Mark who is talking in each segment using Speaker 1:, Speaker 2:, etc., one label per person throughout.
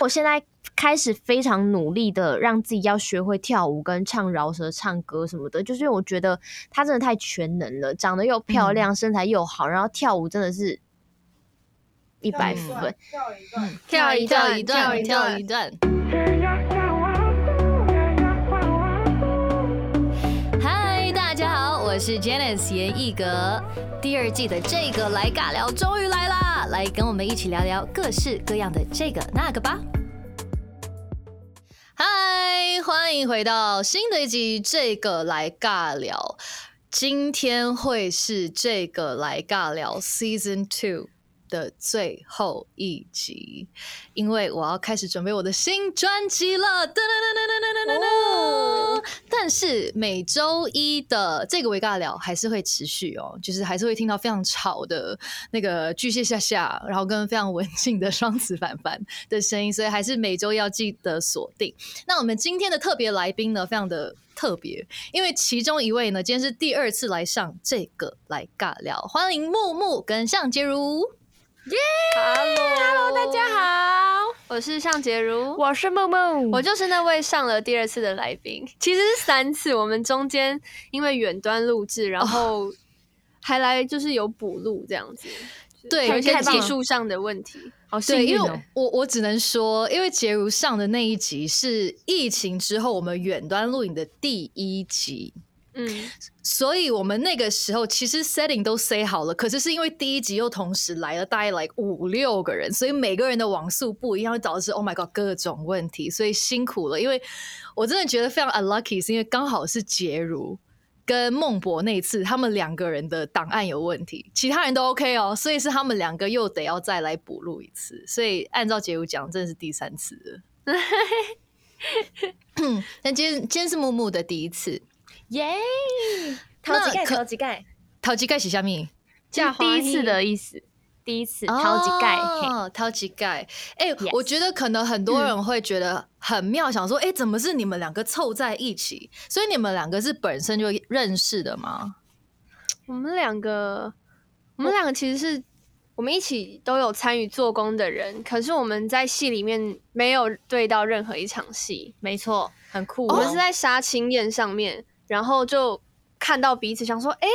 Speaker 1: 我现在开始非常努力的让自己要学会跳舞跟唱饶舌、唱歌什么的，就是因为我觉得她真的太全能了，长得又漂亮，身材又好，然后跳舞真的是一百
Speaker 2: 跳一
Speaker 1: 分嗯
Speaker 2: 段。跳一 段，
Speaker 3: 跳
Speaker 1: 跳
Speaker 3: 一跳
Speaker 1: 一段
Speaker 3: 一段，跳
Speaker 2: 跳一
Speaker 3: 一段。嗨，大家好，我是 Janice 严艺格。第二季的这个来尬聊终于来啦，来跟我们一起聊聊各式各样的这个那个吧。嗨，欢迎回到新的一集《这个来尬聊》，今天会是《这个来尬聊》Season Two 的最后一集，因为我要开始准备我的新专辑
Speaker 4: 哦
Speaker 3: 了。噔噔噔噔噔噔噔噔
Speaker 2: 哦
Speaker 3: 但是每周一的这个维尬聊还是会持续哦，就是还是会听到非常吵的那个巨蟹夏夏，然后跟非常文静的双子凡凡的声音，所以还是每周要记得锁定。那我们今天的特别来宾呢，非常的特别，因为其中一位呢，今天是第二次来上这个来尬聊，欢迎木木跟向杰如。
Speaker 4: Hello，Hello，大家好，我是向杰如，我
Speaker 1: 我是梦梦，
Speaker 4: 我就是那位上了第二次的来宾，其实是三次，我们中间因为远端录制，然后还来就是有补录这样子，
Speaker 3: 对
Speaker 4: 有一些
Speaker 3: 太棒
Speaker 4: 技
Speaker 3: 了
Speaker 4: 术上的问题，
Speaker 1: 好
Speaker 3: 对，因为我我只能说，因为杰如上的那一集是疫情之后我们远端录影的第一集，
Speaker 4: 嗯，
Speaker 3: 所以我们那个时候其实 setting 都 say 好了，可是是因为第一集又同时来了大概 like 五六个人，所以每个人的网速不一样，导致 oh my god 各种问题，所以辛苦了。因为我真的觉得非常 unlucky，是因为刚好是杰如跟孟博那一次，他们两个人的档案有问题，其他人都 OK 哦，所以是他们两个又得要再来补录一次。所以按照杰如讲，真的是第三次了。嗯但今天今天是木木的第一次，
Speaker 1: 耶，
Speaker 2: 头几
Speaker 3: 那
Speaker 2: 盖，
Speaker 3: 可
Speaker 2: 头几盖，
Speaker 3: 陶吉盖洗下面。
Speaker 1: 这是第一次的意思，第一次掏几盖，嘿
Speaker 3: 哦，掏几盖。哎、
Speaker 1: Yes
Speaker 3: 我觉得可能很多人会觉得很妙，想说，哎、怎么是你们两个凑在一起？所以你们两个是本身就认识的吗？
Speaker 4: 我们两个，我们两个其实是我们一起都有参与做工的人，可是我们在戏里面没有对到任何一场戏，
Speaker 1: 没错，很酷
Speaker 4: 我
Speaker 1: 哦。
Speaker 4: 们是在杀青宴上面，然后就看到彼此，想说，哎、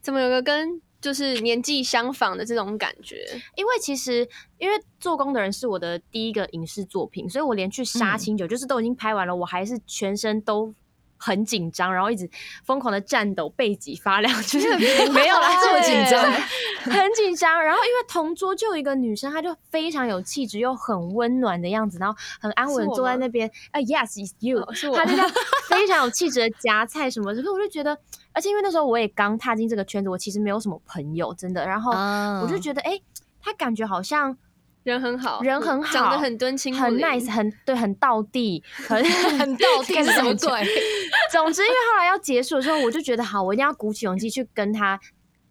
Speaker 4: 怎么有个跟就是年纪相仿的这种感觉？
Speaker 1: 因为其实因为做工的人是我的第一个影视作品，所以我连去
Speaker 4: 嗯
Speaker 1: 杀青酒、就是都已经拍完了，我还是全身都。很紧张，然后一直疯狂的战斗，背脊发凉，就是 没有啦，
Speaker 3: 这么
Speaker 1: 就是
Speaker 3: 紧张
Speaker 1: 很紧张。然后因为同桌就有一个女生，她就非常有气质，又很温暖的样子，然后很安稳
Speaker 4: 是
Speaker 1: 地
Speaker 4: 我
Speaker 1: 坐在
Speaker 4: 吗
Speaker 1: 那 边。啊、y e s it's you，、
Speaker 4: 哦是我
Speaker 1: 她 就在非常有气质的夹菜什么的，所以我就觉得，而且因为那时候我也刚踏进这个圈子，我其实没有什么朋友，真的。然后
Speaker 4: 嗯
Speaker 3: 啊
Speaker 1: 哦我就 觉得，哎、她感觉好像
Speaker 4: 人很好，
Speaker 1: 人很好
Speaker 4: 长得很敦亲，
Speaker 1: 很 nice，。很对，很到地， 很
Speaker 3: 很到底是什么鬼？
Speaker 1: 总之，因为后来要结束的时候，我就觉得好，我一定要鼓起勇气去跟他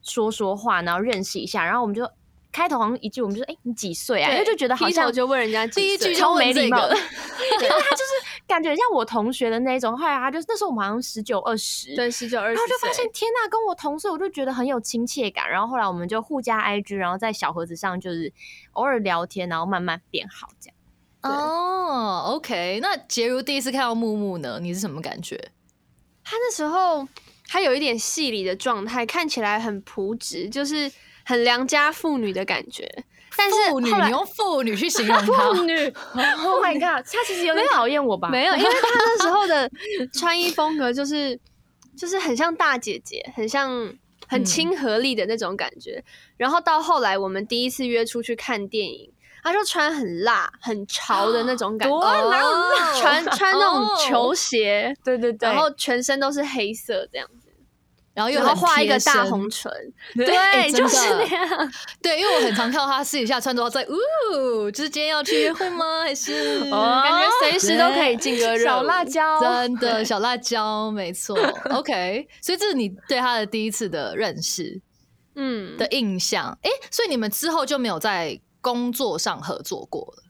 Speaker 1: 说说话，然后认识一下。然后我们就开头好像一句，我们就说：“哎、你几岁啊？”因为就觉得好
Speaker 4: 劈头
Speaker 1: 像
Speaker 4: 就问人家几
Speaker 3: 第一
Speaker 4: 岁
Speaker 3: 句就
Speaker 1: 超没
Speaker 3: 问
Speaker 1: 礼
Speaker 3: 这
Speaker 1: 貌的，
Speaker 3: 个
Speaker 1: 因为他就是感觉很像我同学的那一种。后来他就那时候我们好像十九二十，
Speaker 4: 对十九二
Speaker 1: 然
Speaker 4: 十
Speaker 1: 后就发
Speaker 4: 岁
Speaker 1: 现，天呐，跟我同岁，我就觉得很有亲切感。然后后来我们就互加 IG，然后在小盒子上就是偶尔聊天，然后慢慢变好这样。
Speaker 3: 哦，OK。那杰如第一次看到木木呢，你是什么感觉？
Speaker 4: 他那时候他有一点戏里的状态，看起来很朴质，就是很良家妇女的感觉。但是
Speaker 3: 妇女，
Speaker 4: 后来
Speaker 3: 你用妇女去形容她，
Speaker 1: 女，Oh my god，他其实有点讨厌我吧？
Speaker 4: 没有，因为她那时候 的穿衣风格就是就是很像大姐姐，很像很亲和力的那种感觉。然后到后来，我们第一次约出去看电影，她就穿很辣、很潮的那种感觉，
Speaker 3: 多辣
Speaker 4: 哦穿穿那
Speaker 3: 哦
Speaker 4: 种球鞋，
Speaker 1: 对对对，
Speaker 4: 然后全身都是黑色这样子，
Speaker 3: 然后又
Speaker 4: 然后
Speaker 3: 哎很
Speaker 4: 画一个
Speaker 3: 贴身
Speaker 4: 大红唇，
Speaker 3: 对
Speaker 1: 哎
Speaker 4: 对，
Speaker 3: 真的
Speaker 4: 就是那样。
Speaker 3: 对，因为我很常看到她私底下穿着在，呜，就是今天要去约会 吗？还是
Speaker 1: 哦
Speaker 4: 嗯感觉随时都可以 进个热舞
Speaker 1: 小辣椒，
Speaker 3: 真的小辣椒，没错。OK，所以这是你对他的第一次的认识
Speaker 4: 嗯，
Speaker 3: 的印象。诶，所以你们之后就没有在工作上合作过了。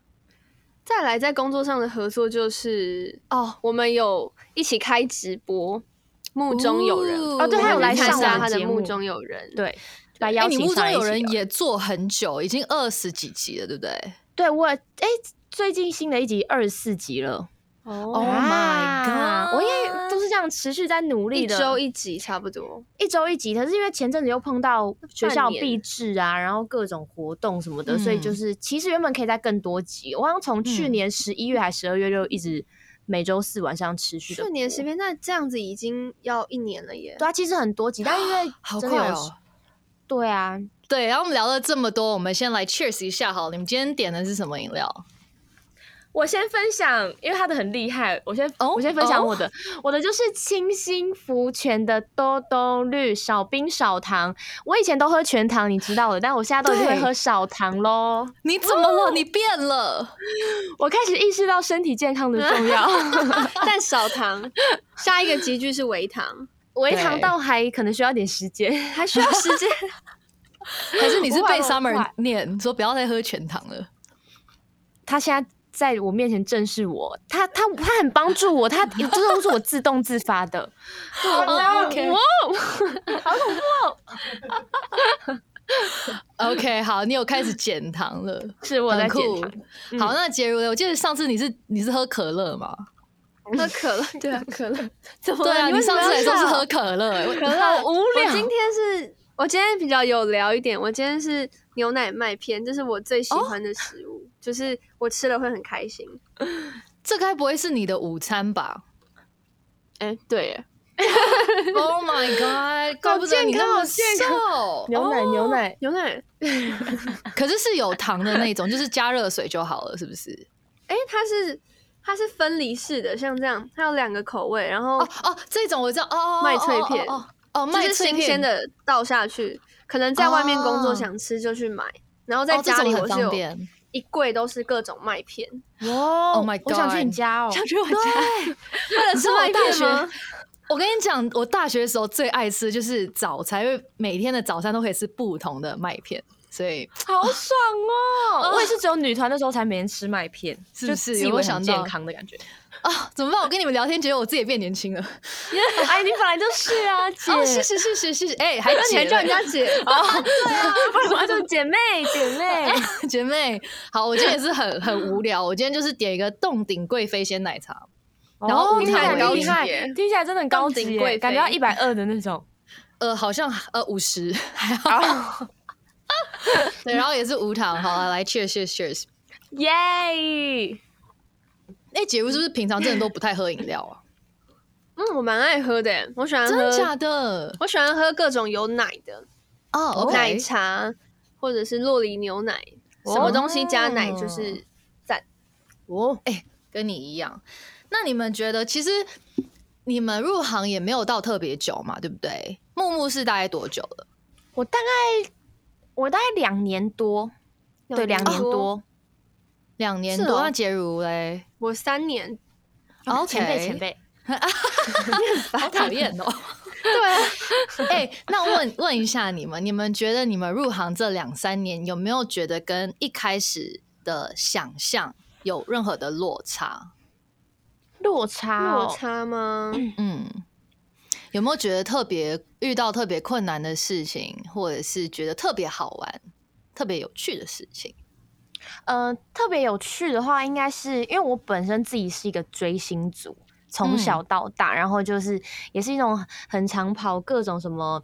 Speaker 4: 再来，在工作上的合作就是哦，我们有一起开直播，目中有人
Speaker 3: 哦
Speaker 1: 对
Speaker 3: 他有
Speaker 4: 我
Speaker 3: 来
Speaker 4: 们
Speaker 3: 上
Speaker 4: 参加
Speaker 3: 我们
Speaker 4: 他的
Speaker 1: 节目
Speaker 4: 目中有人，，
Speaker 1: 对，哎把
Speaker 3: 诶
Speaker 1: 邀
Speaker 3: 你
Speaker 1: 请
Speaker 3: 目
Speaker 1: 上
Speaker 3: 中
Speaker 1: 来一啊
Speaker 3: 有
Speaker 1: 起
Speaker 3: 人
Speaker 1: 聊
Speaker 3: 也做很久，已经二十几集了，对不对？
Speaker 1: 对我哎，最近新的一集二十四集了。
Speaker 3: Oh
Speaker 4: 哦，
Speaker 3: my
Speaker 1: 啊
Speaker 3: god！
Speaker 1: 我也都是这样持续在努力
Speaker 4: 一
Speaker 1: 的，
Speaker 4: 周一集差不多。
Speaker 1: 一周一集，可是因为前阵子又碰到学校
Speaker 4: 半年
Speaker 1: 毕制啊，然后各种活动什么的，所以就
Speaker 3: 嗯
Speaker 1: 是其实原本可以在更多集，我好像从去
Speaker 3: 嗯
Speaker 1: 年十一月还十二月就一直每周四晚上持续的。
Speaker 4: 去年十篇，那这样子已经要一年了 耶。
Speaker 1: 对啊，其实很多集，但因为
Speaker 3: 好
Speaker 1: 真的
Speaker 3: 快
Speaker 1: 有
Speaker 3: 哦！
Speaker 1: 对啊，
Speaker 3: 对，然后我们聊了这么多，我们先来 cheers 一下好了。你们今天点的是什么饮料？
Speaker 1: 我先分享，因为他的很厉害，我先、
Speaker 3: 哦
Speaker 1: 我先分享我的，我的就是清新福泉的多多绿少冰少糖。我以前都喝全糖，你知道的，但我现在都已经会
Speaker 3: 对
Speaker 1: 喝少糖喽。
Speaker 3: 你怎么
Speaker 1: 哦
Speaker 3: 了？你变了？
Speaker 1: 我开始意识到身体健康的重要，
Speaker 4: 但少糖，下一个集句是微糖，
Speaker 1: 微糖到还可能需要点时间，
Speaker 4: 还需要时间。
Speaker 3: 还是你是
Speaker 1: 不会
Speaker 3: 被
Speaker 1: 不会
Speaker 3: Summer 念说不要再喝全糖了？
Speaker 1: 他现在在我面前正视我，他他他很帮助我，他这都是我自动自发的。
Speaker 2: 哦
Speaker 3: OK
Speaker 1: 哇
Speaker 3: OK，好，你有开始减糖了，
Speaker 1: 是我在
Speaker 3: 很
Speaker 1: 减
Speaker 3: 酷
Speaker 1: 糖。嗯
Speaker 3: 好，那杰如呢？我记得上次你是你是喝可乐嘛？
Speaker 4: 喝可乐，对啊，可 乐。怎么
Speaker 3: 对
Speaker 4: 了
Speaker 3: 啊，
Speaker 4: 你为
Speaker 3: 你
Speaker 4: 什
Speaker 3: 上
Speaker 4: 么
Speaker 3: 次
Speaker 4: 要
Speaker 3: 来都是
Speaker 4: 笑
Speaker 3: 喝可乐、欸，我
Speaker 4: 可乐，
Speaker 1: 好无聊
Speaker 4: 我今天是，我今天比较有聊一点。我今天是牛奶麦片，这是我最
Speaker 3: 哦
Speaker 4: 喜欢的食物，就是我吃了会很开心。
Speaker 3: 这该不会是你的午餐吧
Speaker 4: 哎、对耶，
Speaker 3: ？Oh my god！怪不得你那么瘦
Speaker 1: 健康，
Speaker 3: 哦
Speaker 1: 牛奶牛奶，
Speaker 4: 牛奶，
Speaker 3: 可是是有糖的那种，就是加热水就好了，是不是？
Speaker 4: 哎、它是它是分离式的，像这样，它有两个口味，然后
Speaker 3: 哦哦，这种我知道哦哦，哦
Speaker 4: 麦脆片
Speaker 3: 哦哦哦，
Speaker 4: 就
Speaker 3: 麦
Speaker 4: 是
Speaker 3: 脆
Speaker 4: 新鲜
Speaker 3: 片，
Speaker 4: 的倒下去，可能在外面工
Speaker 3: 哦
Speaker 4: 作想吃就去买，然后在
Speaker 3: 哦，这
Speaker 4: 家
Speaker 3: 种
Speaker 4: 里
Speaker 3: 很
Speaker 4: 我是
Speaker 3: 方
Speaker 4: 有
Speaker 3: 便。
Speaker 4: 一柜都是各种麦片，
Speaker 1: 哇
Speaker 3: Oh my
Speaker 1: 哦我想去你
Speaker 3: God
Speaker 1: 家哦，
Speaker 4: 去我家， 为了
Speaker 3: 你知
Speaker 4: 吃
Speaker 3: 道我
Speaker 4: 麦
Speaker 3: 大
Speaker 4: 片吗
Speaker 3: 学？，我跟你讲，我大学的 时候最爱吃的就是早餐，因为每天的早餐都可以吃不同的麦片，所以
Speaker 1: 好爽哦！ 我也是只有女团的时候才每天吃麦片，
Speaker 3: 是
Speaker 1: 就
Speaker 3: 不是
Speaker 1: 自以
Speaker 3: 有没有
Speaker 1: 为
Speaker 3: 想
Speaker 1: 很
Speaker 3: 到
Speaker 1: 健康的感觉。
Speaker 3: 啊，怎么办？我跟你们聊天，觉得我自己也变年轻了。
Speaker 1: 哎，你本来就是啊， 姐，哦
Speaker 3: 哦，谢谢谢谢谢谢，哎，还
Speaker 4: 那你还
Speaker 3: 姐
Speaker 4: 叫
Speaker 3: 了
Speaker 4: 人家姐？
Speaker 1: 啊 不然我就姐妹姐 妹。
Speaker 3: 哦姐妹，好，我今天也是很很无聊，我今天就是点一个洞顶贵妃鲜奶茶，然后
Speaker 1: 哦
Speaker 3: 舞
Speaker 1: 听起
Speaker 3: 台
Speaker 1: 来
Speaker 3: 很
Speaker 1: 很
Speaker 3: 高
Speaker 1: 厉
Speaker 3: 级
Speaker 1: 害
Speaker 4: 耶
Speaker 1: 听起来真的很高级
Speaker 4: 顶
Speaker 1: 耶，
Speaker 4: 贵
Speaker 1: 感觉要
Speaker 4: 妃
Speaker 1: 一百二的那种。
Speaker 3: 呃，好像呃五十，还好，
Speaker 1: 哦
Speaker 3: 对，然后也是无糖，好了，来 cheers cheers cheers。
Speaker 1: 耶！
Speaker 3: 哎、姐夫是不是平常真的都不太喝饮料啊？
Speaker 4: 嗯，我蛮爱喝的耶，我喜欢
Speaker 3: 真的假
Speaker 4: 喝，
Speaker 3: 的？
Speaker 4: 我喜欢喝各种有奶的
Speaker 3: 哦
Speaker 4: 奶
Speaker 3: ，OK，
Speaker 4: 茶，或者是洛梨牛奶，什么东西加奶就是
Speaker 3: 哦，哎、跟你一样。那你们觉得，其实你们入行也没有到特别久嘛，对不对？木木是大概多久了？
Speaker 1: 我大概我大概两年多，对，两年。多。
Speaker 3: 两年
Speaker 4: 是
Speaker 3: 多。
Speaker 4: 哦
Speaker 3: 那杰如嘞？
Speaker 4: 我三年，
Speaker 1: 哦
Speaker 3: ，OK
Speaker 1: 前辈前辈，
Speaker 3: 好讨厌哦。对、啊，哎、那问问一下你们，你们觉得你们入行这两三年有没有觉得跟一开始的想象有任何的落差？
Speaker 1: 落差
Speaker 4: 落
Speaker 1: 哦，
Speaker 4: 差吗？
Speaker 3: 嗯，有没有觉得特别遇到特别困难的事情，或者是觉得特别好玩、特别有趣的事情？
Speaker 1: 呃，特别有趣的话，应该是因为我本身自己是一个追星族，从小到大，然后就是也是一种很常跑各种什么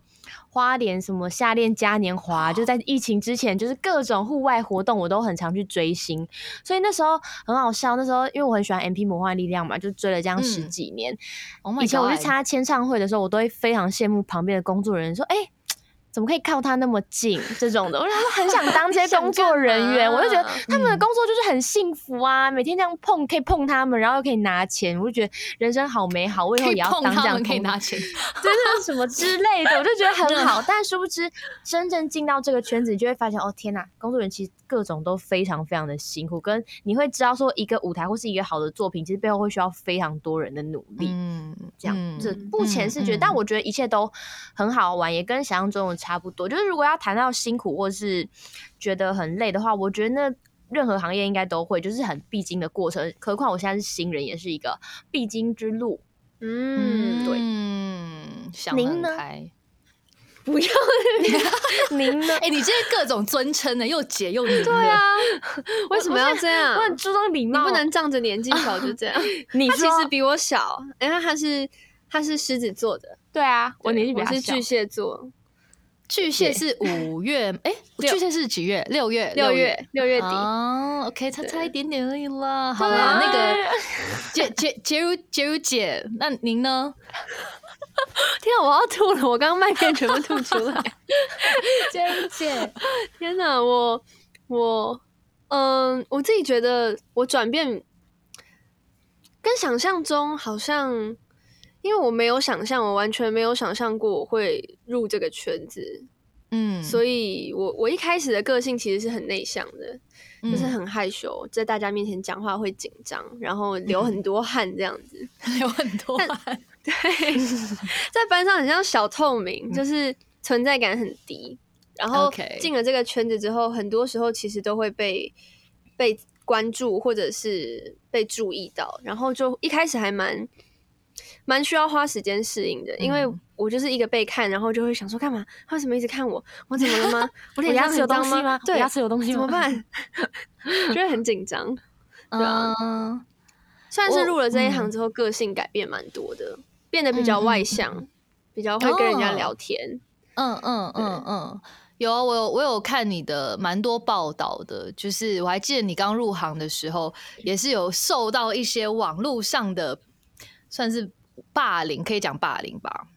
Speaker 1: 花莲、什么夏恋嘉年华，就在疫情之前，就是各种户外活动我都很常去追星，所以那时候很好笑。那时候因为我很喜欢 M P 魔幻力量嘛，就追了这样十
Speaker 3: 嗯
Speaker 1: 几年，
Speaker 3: Oh my
Speaker 1: 以前我去
Speaker 3: God
Speaker 1: 参加签唱会的时候，我都会非常羡慕旁边的工作人员，说：“哎、怎么可以靠他那么近？”这种的，我就很想当这些工作人员，
Speaker 4: 想干嘛
Speaker 1: 我就觉得
Speaker 3: 嗯
Speaker 1: 他们的工作就是很幸福啊，每天这样碰可以碰他们，然后又可以拿钱，我就觉得人生好美好，我以后
Speaker 3: 可
Speaker 1: 也
Speaker 3: 以
Speaker 1: 要
Speaker 3: 碰
Speaker 1: 当这
Speaker 3: 他
Speaker 1: 样
Speaker 3: 们，可以
Speaker 1: 工
Speaker 3: 拿钱。
Speaker 1: 就是什么之类的，我就觉得很 好。但殊不知，真正进到这个圈子，你就会发现，哦天呐，工作人员其实各种都非常非常的辛苦，跟你会知道说，一个舞台或是一个好的作品，其实背后会需要非常多人的努力。
Speaker 3: 嗯，
Speaker 1: 这样
Speaker 3: 嗯
Speaker 1: 子。目前是觉得，
Speaker 3: 嗯
Speaker 1: 但我觉得一切都很好玩，也跟想象中的差不多。就是如果要谈到辛苦或是觉得很累的话，我觉得那任何行业应该都会，就是很必经的过程。何况我现在是新人，也是一个必经之路。
Speaker 4: 嗯，
Speaker 3: 嗯，
Speaker 4: 对，
Speaker 3: 对，想得
Speaker 1: 您
Speaker 3: 很
Speaker 1: 呢
Speaker 3: 开。
Speaker 1: 不要 您呢？
Speaker 3: 哎、你这些各种尊称呢，又姐又你。对
Speaker 4: 对，啊， 为什么要这样
Speaker 1: 我？很注重礼
Speaker 4: 你
Speaker 1: 貌，
Speaker 4: 不能仗着年纪小就这样。
Speaker 1: 你
Speaker 4: 他其
Speaker 1: 说
Speaker 4: 实比我小，因为他是他是狮子座的，
Speaker 1: 对啊，我
Speaker 4: 对
Speaker 1: 年纪比
Speaker 4: 我
Speaker 1: 他
Speaker 4: 是
Speaker 1: 小
Speaker 4: 巨。蟹座，
Speaker 3: 巨蟹是五月，哎、
Speaker 4: 六
Speaker 3: 巨蟹是几月？六月，
Speaker 4: 六月六月底。
Speaker 3: 哦，OK，差
Speaker 4: 对
Speaker 3: 差一点点而已啦。好
Speaker 4: 对
Speaker 3: 啦，
Speaker 4: 啊
Speaker 3: 那个杰杰杰如杰如姐，那您呢？
Speaker 4: 天啊，我要吐了！我刚刚麦片全部吐出来。
Speaker 3: 杰如姐，
Speaker 4: 天哪，我我嗯，我自己觉得我转变跟想象中好像，因为我没有想象，我完全没有想象过我会入这个圈子，
Speaker 3: 嗯，
Speaker 4: 所以我我一开始的个性其实是很内向的，
Speaker 3: 以
Speaker 4: 就是很害羞，在大家面前讲话会紧张，然后流很多汗这样子。
Speaker 3: 有很多
Speaker 4: 但
Speaker 3: 汗
Speaker 4: 在班上很像小透
Speaker 1: 嗯
Speaker 4: 明，就是存在感很低。然后
Speaker 3: OK
Speaker 4: 进了这个圈子之后，很多时候其实都会被被关注或者是被注意到，然后就一开始还蛮蛮需要花时间适应的，因为
Speaker 3: 嗯
Speaker 4: 我就是一个被看，然后就会想说干嘛？他为什么一直看我？我怎么 了吗？我脸
Speaker 1: 牙
Speaker 4: 上
Speaker 1: 齿有
Speaker 4: 很
Speaker 1: 东
Speaker 4: 脏
Speaker 1: 西吗？
Speaker 4: 对，
Speaker 1: 我牙齿有东西
Speaker 4: 怎
Speaker 1: 吗？
Speaker 4: 么？办？就会很紧张。啊
Speaker 3: 嗯，
Speaker 4: 算是
Speaker 3: 我
Speaker 4: 入了这一行
Speaker 3: 嗯
Speaker 4: 之后，个性改变蛮多的，变得比
Speaker 3: 嗯
Speaker 4: 较
Speaker 3: 嗯
Speaker 4: 外向，比较会跟人家
Speaker 3: 哦
Speaker 4: 聊天。
Speaker 3: 嗯嗯嗯嗯，有啊，我有我有看你的蛮多报道的，就是我还记得你刚入行的时候，也是有受到一些网络上的算是霸凌，可以讲霸凌吧，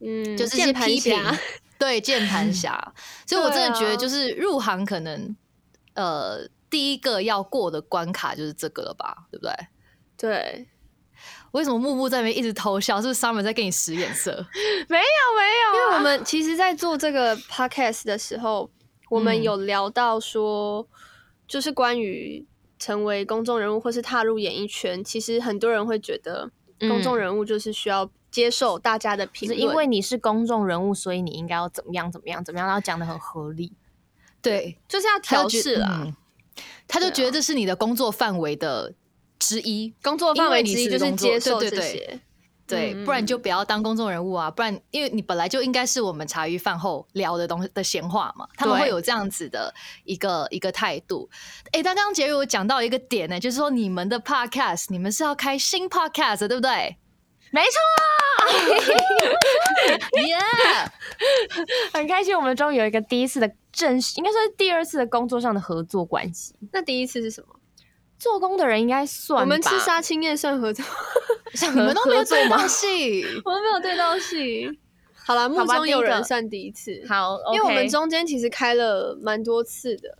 Speaker 4: 嗯，
Speaker 3: 就是一些
Speaker 4: 键盘
Speaker 3: 批评
Speaker 4: 侠，
Speaker 3: 对键盘 侠。所以我真的觉
Speaker 4: 对
Speaker 3: 得，
Speaker 4: 啊
Speaker 3: 就是入行可能呃第一个要过的关卡就是这个了吧，对不对？
Speaker 4: 对，
Speaker 3: 为什么木木在那边一直偷笑？是不是 Summer 在跟你使眼色？
Speaker 4: 啊因为我们其实，在做这个 podcast 的时候，我们
Speaker 3: 嗯
Speaker 4: 有聊到说，就是关于成为公众人物或是踏入演艺圈，其实很多人会觉得公众
Speaker 1: 嗯
Speaker 4: 人物就是需要接受大家的
Speaker 1: 就
Speaker 4: 评
Speaker 1: 是
Speaker 4: 论，
Speaker 1: 因为 你是公众人物，所以你应该要怎么样怎么样怎么样，然后讲的很合理。
Speaker 3: 对，
Speaker 4: 就是要
Speaker 3: 他
Speaker 4: 调
Speaker 3: 就觉
Speaker 4: 试啦。
Speaker 3: 嗯他就
Speaker 4: 对啊
Speaker 3: 觉得这是你的工作范围的之一。
Speaker 4: 工作范围之一
Speaker 3: 因为你是
Speaker 4: 就是
Speaker 3: 工作
Speaker 4: 接受
Speaker 3: 对
Speaker 4: 这
Speaker 3: 对对
Speaker 4: 些，
Speaker 3: 对，
Speaker 4: 嗯
Speaker 3: 不然就不要当公众人物啊！不然，因为你本来就应该是我们茶余饭后聊的东西的闲话嘛，他们
Speaker 1: 对
Speaker 3: 会有这样子的一个一个态度。诶，但刚刚杰宇有讲到一个点呢、就是说你们的 podcast，你们是要开新 podcast 的对不对？
Speaker 1: 没错，啊
Speaker 3: 耶、
Speaker 1: 很开心，我们终于有一个第一次的正式，应该说是第二次的工作上的合作关系。
Speaker 4: 那第一次是什么？
Speaker 1: 做工的人应该算
Speaker 4: 我们吃
Speaker 1: 吧
Speaker 4: 杀青宴算合作，
Speaker 3: 你们都没有对
Speaker 1: 吗？
Speaker 3: 到戏，
Speaker 4: 我们没有对到戏。 好啦，目
Speaker 1: 吧
Speaker 4: 中
Speaker 1: 第
Speaker 4: 有
Speaker 1: 一
Speaker 4: 人
Speaker 1: 个
Speaker 4: 算第一次，
Speaker 1: 好，
Speaker 4: 因为我们
Speaker 1: OK
Speaker 4: 中间其实开了蛮多次的，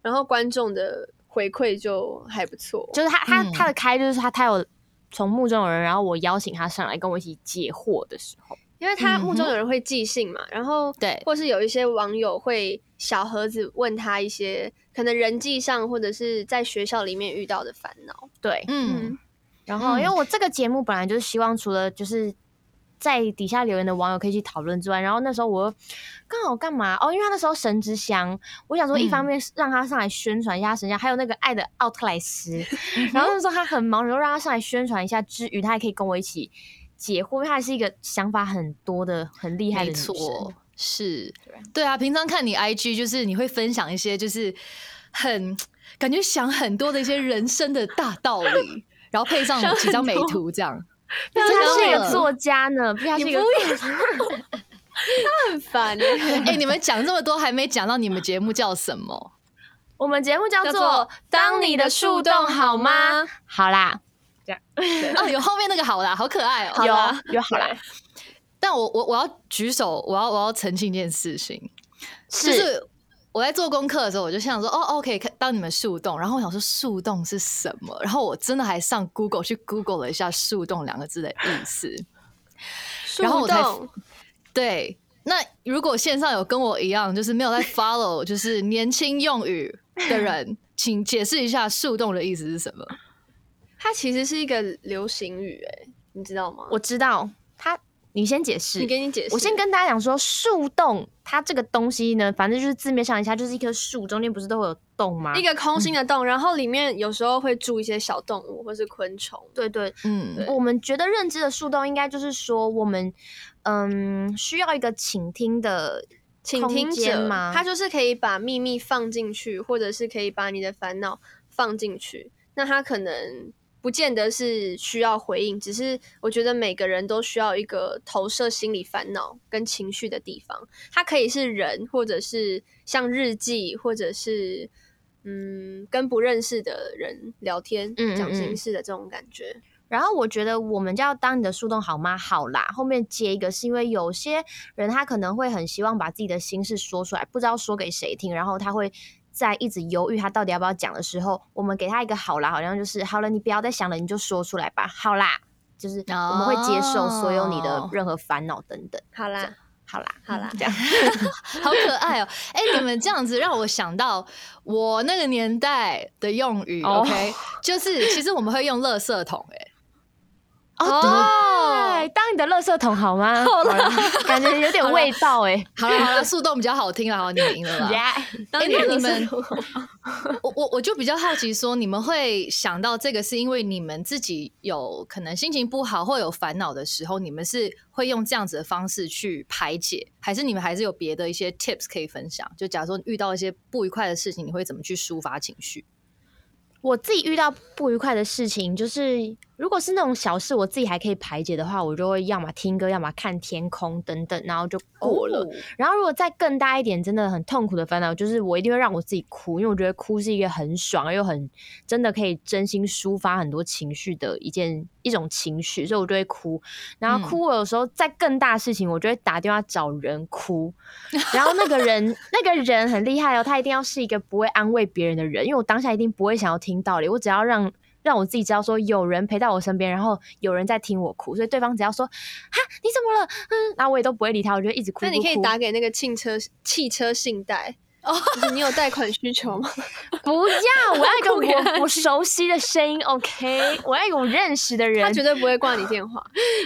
Speaker 4: 然后观众的回馈就还不错。
Speaker 1: 就是他他
Speaker 3: 嗯
Speaker 1: 他的开就是他他有从目中有人，然后我邀请他上来跟我一起解惑的时候，
Speaker 4: 因为他
Speaker 3: 嗯哼
Speaker 4: 目中有人会寄信嘛，然后
Speaker 3: 对
Speaker 4: 或是有一些网友会小盒子问他一些可能人际上或者是在学校里面遇到的烦恼。
Speaker 1: 对，
Speaker 3: 嗯，
Speaker 1: 然后
Speaker 3: 嗯
Speaker 1: 因为我这个节目本来就是希望除了就是。在底下留言的网友可以去讨论之外，然后那时候我又刚好干嘛哦？因为他那时候神之乡，我想说一方
Speaker 3: 嗯
Speaker 1: 面是让他上来宣传一下神之乡，还有那个爱的奥特莱斯，然后那时候他很忙，然后让他上来宣传一下之余，他还可以跟我一起解惑，因为他是一个想法很多的、很厉害的
Speaker 3: 没
Speaker 1: 女生。
Speaker 3: 错，是，对啊。平常看你 IG，就是你会分享一些，就是很感觉想很多的一些人生的大道理，然后配上几张美图这样。
Speaker 1: 毕竟啊他是一
Speaker 3: 真的
Speaker 1: 个作家呢，毕竟他是一个
Speaker 4: 很烦、
Speaker 3: 哎、你们讲这么多，还没讲到你们节目叫什 么？
Speaker 1: 我们节目叫
Speaker 4: 叫
Speaker 1: 做
Speaker 4: 做
Speaker 1: 《当你的树洞好吗》。好啦，
Speaker 3: 啊，有后面那个好啦，好可爱哦、
Speaker 4: 好啦
Speaker 1: 有有啊好啦，
Speaker 3: 但我我我要举手，我要我要澄清一件事情，就是是我在做功课的时候，我就想说，哦，OK，看当你们树洞，然后我想说树洞是什么，然后我真的还上 Google 去 Google 了一下“树洞”两个字的意思。
Speaker 4: 树
Speaker 3: 然后我才
Speaker 4: 洞
Speaker 3: 对，那如果线上有跟我一样，就是没有在 follow 就是年轻用语的人，请解释一下“树洞”的意思是什么？
Speaker 4: 它其实是一个流行语、哎，你知道吗？
Speaker 1: 我知道他，你先解释
Speaker 4: 你。给你解释，
Speaker 1: 我先跟大家讲说，树洞它这个东西呢，反正就是字面上一下，就是一棵树，中间不是都会有洞吗？
Speaker 4: 一个空
Speaker 1: 嗯
Speaker 4: 心的洞，然后里面有时候会住一些小动物或是昆虫。
Speaker 1: 对对，
Speaker 3: 嗯，
Speaker 1: 我们觉得认知的树洞应该就是说，我们嗯需要一个倾听的
Speaker 4: 倾
Speaker 1: 空
Speaker 4: 听
Speaker 1: 间
Speaker 4: 者
Speaker 1: 吗
Speaker 4: 他就是可以把秘密放进去，或者是可以把你的烦恼放进去。那他可能不见得是需要回应，只是我觉得每个人都需要一个投射心理烦恼跟情绪的地方。它可以是人，或者是像日记，或者是嗯跟不认识的人聊天、
Speaker 1: 嗯嗯
Speaker 4: 讲心
Speaker 1: 嗯
Speaker 4: 事的这种感觉。
Speaker 1: 然后我觉得我们就要当你的树洞好吗？好啦，后面接一个是因为有些人他可能会很希望把自己的心事说出来，不知道说给谁听，然后他会在一直犹豫他到底要不要讲的时候，我们给他一个好啦，好像就是好了，你不要再想了，你就说出来吧，好啦，就是我们会接受所有你的
Speaker 3: 哦
Speaker 1: 任何烦恼等等，
Speaker 4: 好啦，
Speaker 1: 好啦，
Speaker 4: 好啦，
Speaker 1: 这样，
Speaker 3: 好可爱哦！哎、你们这样子让我想到我那个年代的用语、
Speaker 1: 哦
Speaker 3: o k 就是其实我们会用垃圾桶、哎，
Speaker 1: 哦，对，当你的垃圾桶好吗？好了，感觉有点味道哎、
Speaker 3: 好了好了，速冻比较好听了，好，你们赢了 啦。
Speaker 1: Yeah
Speaker 3: 哎、
Speaker 4: 的
Speaker 3: 那你
Speaker 4: 垃圾
Speaker 3: 们
Speaker 4: 桶，
Speaker 3: 我我我就比较好奇说，你们会想到这个，是因为你们自己有可能心情不好或有烦恼的时候，你们是会用这样子的方式去排解，还是你们还是有别的一些 tips 可以分享？就假如说遇到一些不愉快的事情，你会怎么去抒发情绪？
Speaker 1: 我自己遇到不愉快的事情，就是如果是那种小事，我自己还可以排解的话，我就会要么听歌，要么看天空等等，然后就过
Speaker 4: 哦
Speaker 1: 了。然后如果再更大一点，真的很痛苦的烦恼，就是我一定会让我自己哭，因为我觉得哭是一个很爽又很真的可以真心抒发很多情绪的一件一种情绪，所以我就会哭。
Speaker 4: 嗯
Speaker 1: 然后哭，我有时候在更大的事情，我就会打电话找人哭。然后那个 人，那个人很厉害哦，他一定要是一个不会安慰别人的人，因为我当下一定不会想要听道理，我只要让。让我自己知道说有人陪在我身边，然后有人在听我哭，所以对方只要说啊你怎么了，嗯，然后我也都不会理他，我就一直哭。
Speaker 4: 那你
Speaker 1: 哭
Speaker 4: 可以
Speaker 1: 哭哦
Speaker 4: 打给那个汽车汽车信贷。就是你有贷款需 求吗？
Speaker 1: 不要，我要一个 我我熟悉的声音，OK，我要 一个我认识的人。
Speaker 4: 他绝对不会挂你电话。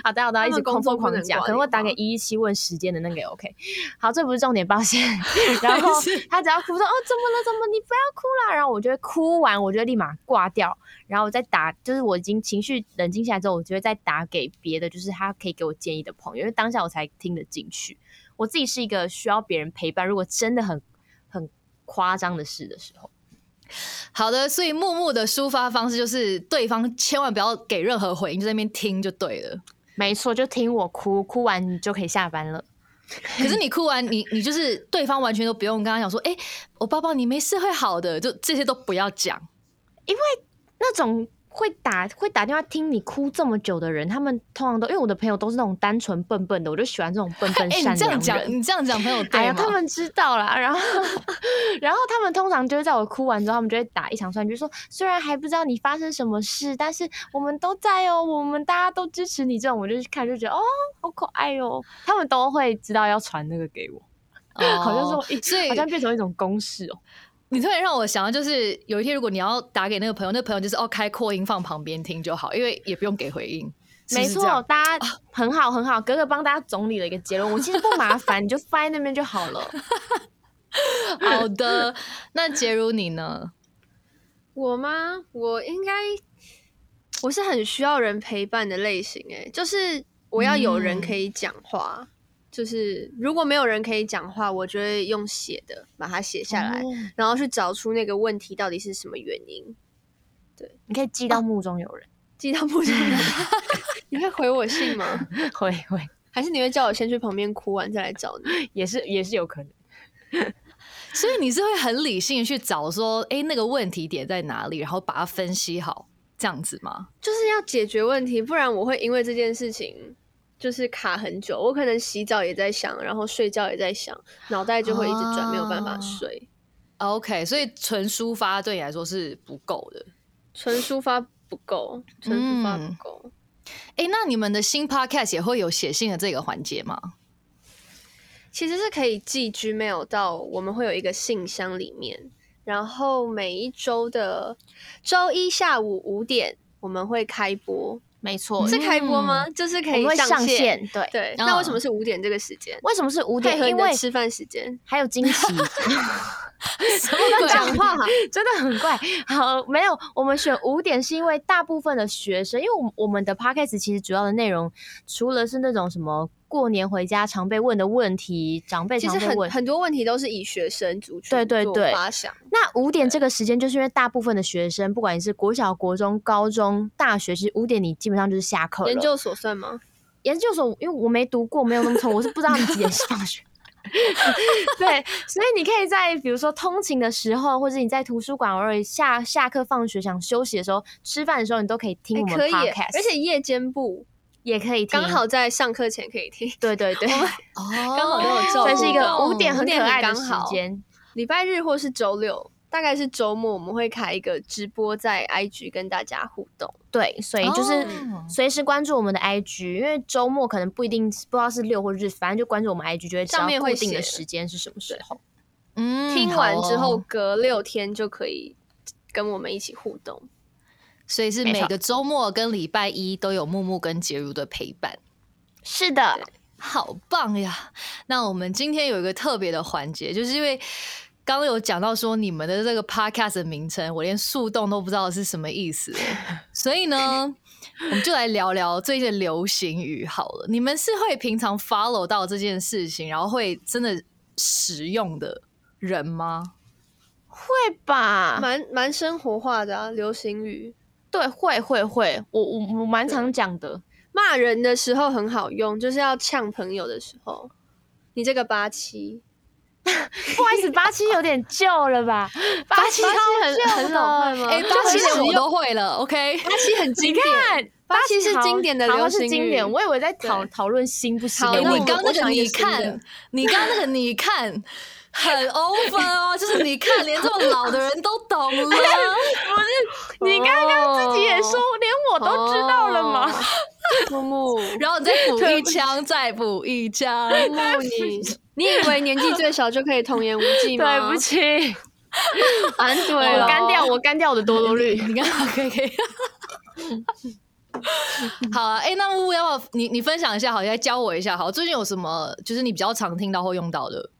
Speaker 1: 好的好的，
Speaker 4: 他
Speaker 1: 一
Speaker 4: 们
Speaker 1: 直
Speaker 4: 工
Speaker 1: 狂
Speaker 4: 作
Speaker 1: 疯
Speaker 4: 不
Speaker 1: 狂
Speaker 4: 能
Speaker 1: 讲，
Speaker 4: 挂
Speaker 1: 可能会
Speaker 4: 电
Speaker 1: 打给
Speaker 4: 话
Speaker 1: 一一七问时间的那个也 OK。好，这不是重点，抱歉。 然后他只要哭说哦怎么了怎么，你不要哭啦，然后我就会哭完，我就会立马挂掉，然后我再打，就是我已经情绪冷静下来之后，我就会再打给别的，就是他可以给我建议的朋友，因为当下我才听得进去。我自己是一个需要别人陪伴，如果真的很很夸张的事的时候。
Speaker 3: 好的，所以木木的抒发方式就是对方千万不要给任何回应，就在那边听就对了。
Speaker 1: 没错，就听我哭，哭完你就可以下班了。
Speaker 3: 可是你哭完，你 你就是对方完全都不用跟他讲说，哎、我抱抱你，没事会好的，就这些都不要讲。
Speaker 1: 那种会打会打电话听你哭这么久的人，他们通常都因为我的朋友都是那种单纯笨笨的，我就喜欢这种笨笨
Speaker 3: 哎、
Speaker 1: 善
Speaker 3: 你这样
Speaker 1: 良
Speaker 3: 讲，
Speaker 1: 人。
Speaker 3: 你这样讲朋友对吗？
Speaker 1: 哎呀，他们知道啦，然后， 然后他们通常就会在我哭完之后，他们就会打一长串，就说虽然还不知道你发生什么事，但是我们都在哦，我们大家都支持你。这种我就看就觉得哦，好可爱哦，他们都会知道要传那个给我，
Speaker 3: 哦
Speaker 1: 好像是我一
Speaker 3: 所以
Speaker 1: 好像变成一种公式哦。
Speaker 3: 你突然让我想到，就是有一天如果你要打给那个朋友，那朋友就是哦开扩音放旁边听就好，因为也不用给回应。是不
Speaker 1: 没
Speaker 3: 是这
Speaker 1: 错
Speaker 3: 样，
Speaker 1: 大家很好很好，哥哥帮大家总理了一个结论。我其实不麻烦，你就放在那边就好了。
Speaker 3: 好的。那杰如你呢？
Speaker 4: 我吗？我应该，我是很需要人陪伴的类型、欸。就是我要有人
Speaker 1: 嗯
Speaker 4: 可以讲话。就是如果没有人可以讲话，我就会用写的把它写下来，
Speaker 1: 哦
Speaker 4: 然后去找出那个问题到底是什么原因。
Speaker 1: 你可以寄到墓中有人，
Speaker 4: 寄到不中 的，你会回我信吗？
Speaker 1: 会会
Speaker 4: 还是你会叫我先去旁边哭完再来找你？
Speaker 1: 也是也是有可能。
Speaker 3: 所以你是会很理性地去找说，哎、那个问题点在哪里，然后把它分析好，这样子吗？
Speaker 4: 就是要解决问题，不然我会因为这件事情就是卡很久。我可能洗澡也在想，然后睡觉也在想，脑袋就会一直转，
Speaker 3: 啊
Speaker 4: 没有办法睡。
Speaker 3: OK，所以纯抒发对你来说是不够的。
Speaker 4: 纯抒发不够，纯抒发不够。
Speaker 3: 哎，那你们的新 Podcast 也会有写信的这个环节吗？
Speaker 4: 其实是可以寄 Gmail 到，我们会有一个信箱里面，然后每一周的周一下午五点我们会开播，
Speaker 1: 没错
Speaker 4: 是
Speaker 3: 这
Speaker 4: 开播吗？就是可
Speaker 1: 我
Speaker 4: 以
Speaker 1: 们会
Speaker 4: 上
Speaker 1: 上线。对，
Speaker 4: 对，
Speaker 3: 嗯
Speaker 4: 那为什么是五点这个时间？
Speaker 1: 为什么是五
Speaker 4: 配
Speaker 1: 点？
Speaker 4: 合你
Speaker 1: 因为
Speaker 4: 的吃饭时间。
Speaker 1: 还有惊喜。
Speaker 3: 什么鬼
Speaker 1: 讲话啊 真的很怪。好，没有，我们选五点是因为大部分的学生，因为我们我们的 podcast 其实主要的内容，除了是那种什么过年回家常被问的问题，长辈
Speaker 4: 其
Speaker 1: 常
Speaker 4: 实
Speaker 1: 被
Speaker 4: 很
Speaker 1: 问。
Speaker 4: 很多问题都是以学生族群
Speaker 1: 对对
Speaker 4: 做
Speaker 1: 对
Speaker 4: 发想，
Speaker 1: 那五点这个时间，就是因为大部分的学生，不管你是国小、国中、高中、大学，其实五点你基本上就是下课了。
Speaker 4: 研究所算吗？
Speaker 1: 研究所，因为我没读过，没有那么聪明，我是不知道他们几点放学。 对，所以你可以在比如说通勤的时候，或者你在图书馆偶尔下下课、放学想休息的时候、吃饭的时候，你都可以听
Speaker 4: 哎
Speaker 1: 我们
Speaker 4: 可以耶
Speaker 1: podcast，、，
Speaker 4: 而且夜间部
Speaker 1: 也可以听。
Speaker 4: 刚，好在上课前可以听，
Speaker 1: 对对对，
Speaker 3: 哦，
Speaker 4: 刚好都有照
Speaker 1: 算
Speaker 4: 顾
Speaker 1: 是一个五点
Speaker 4: 五
Speaker 1: 很可
Speaker 4: 点很
Speaker 1: 爱的
Speaker 4: 刚
Speaker 1: 时
Speaker 4: 好
Speaker 1: 间。
Speaker 4: 礼拜日或是周六，大概是周末，我们会开一个直播在 IG 跟大家互动。
Speaker 1: 对，所以就是
Speaker 3: 哦
Speaker 1: 随时关注我们的 IG，因为周末可能不一定不知道是六或日，反正就关注我们 IG 就会知道
Speaker 4: 上面
Speaker 1: 固
Speaker 4: 会
Speaker 1: 定的
Speaker 4: 写
Speaker 1: 时间是什么时候。
Speaker 3: 嗯
Speaker 4: 听完之
Speaker 3: 好
Speaker 4: 后，
Speaker 3: 哦
Speaker 4: 隔六天就可以跟我们一起互动。
Speaker 3: 所以是每个周末跟礼拜一都有木木跟杰如的陪伴。
Speaker 1: 是的，
Speaker 3: 好棒呀！那我们今天有一个特别的环节，就是因为刚刚有讲到说你们的这个 podcast 的名称，我连树洞都不知道是什么意思，所以呢，我们就来聊聊最近的流行语好了。你们是会平常 follow 到这件事情，然后会真的使用的人吗？
Speaker 1: 会吧？
Speaker 4: 蛮蛮生活化的啊，流行语。
Speaker 1: 对，会会会，我我我蛮常讲的。
Speaker 4: 骂人的时候很好用，就是要呛朋友的时候，你这个八七，
Speaker 1: 不 好意思，八七有点旧了吧？八七
Speaker 4: 很很老派吗？
Speaker 3: 哎、
Speaker 4: 八
Speaker 3: 八七连我都会了，OK。
Speaker 4: 七很经典，
Speaker 1: 看
Speaker 4: 八七是经典的
Speaker 1: 好
Speaker 4: 流
Speaker 1: 像
Speaker 4: 行
Speaker 1: 是
Speaker 4: 语
Speaker 1: 经典。我以为在讨
Speaker 4: 对
Speaker 1: 讨论新不新
Speaker 4: 好
Speaker 3: 哎、
Speaker 1: 的
Speaker 4: 那
Speaker 1: 问
Speaker 4: 我
Speaker 3: 你
Speaker 1: 题。
Speaker 3: 刚那
Speaker 4: 我
Speaker 3: 个
Speaker 4: 想一个
Speaker 3: 你
Speaker 4: 新
Speaker 3: 看
Speaker 4: 的，
Speaker 3: 你刚那个你看，很 over 哦，就是你看，连这么老的人都懂了。
Speaker 1: 你刚刚自己也说，连我都知道了
Speaker 4: 哦
Speaker 1: 嘛？
Speaker 4: 木木，
Speaker 3: 然后你再补一枪，再补一枪。
Speaker 4: 木木你，你以为年纪最小就可以童言无忌吗？
Speaker 1: 对不，起，
Speaker 4: 俺对
Speaker 1: 我
Speaker 4: 了，
Speaker 1: 干掉我干掉我的多 多绿。
Speaker 3: 你刚好可以可以。 好啊，哎、那木木要不要你你分享一下？好，再教我一下。好，最近有什么就是你比较常听到或用到的？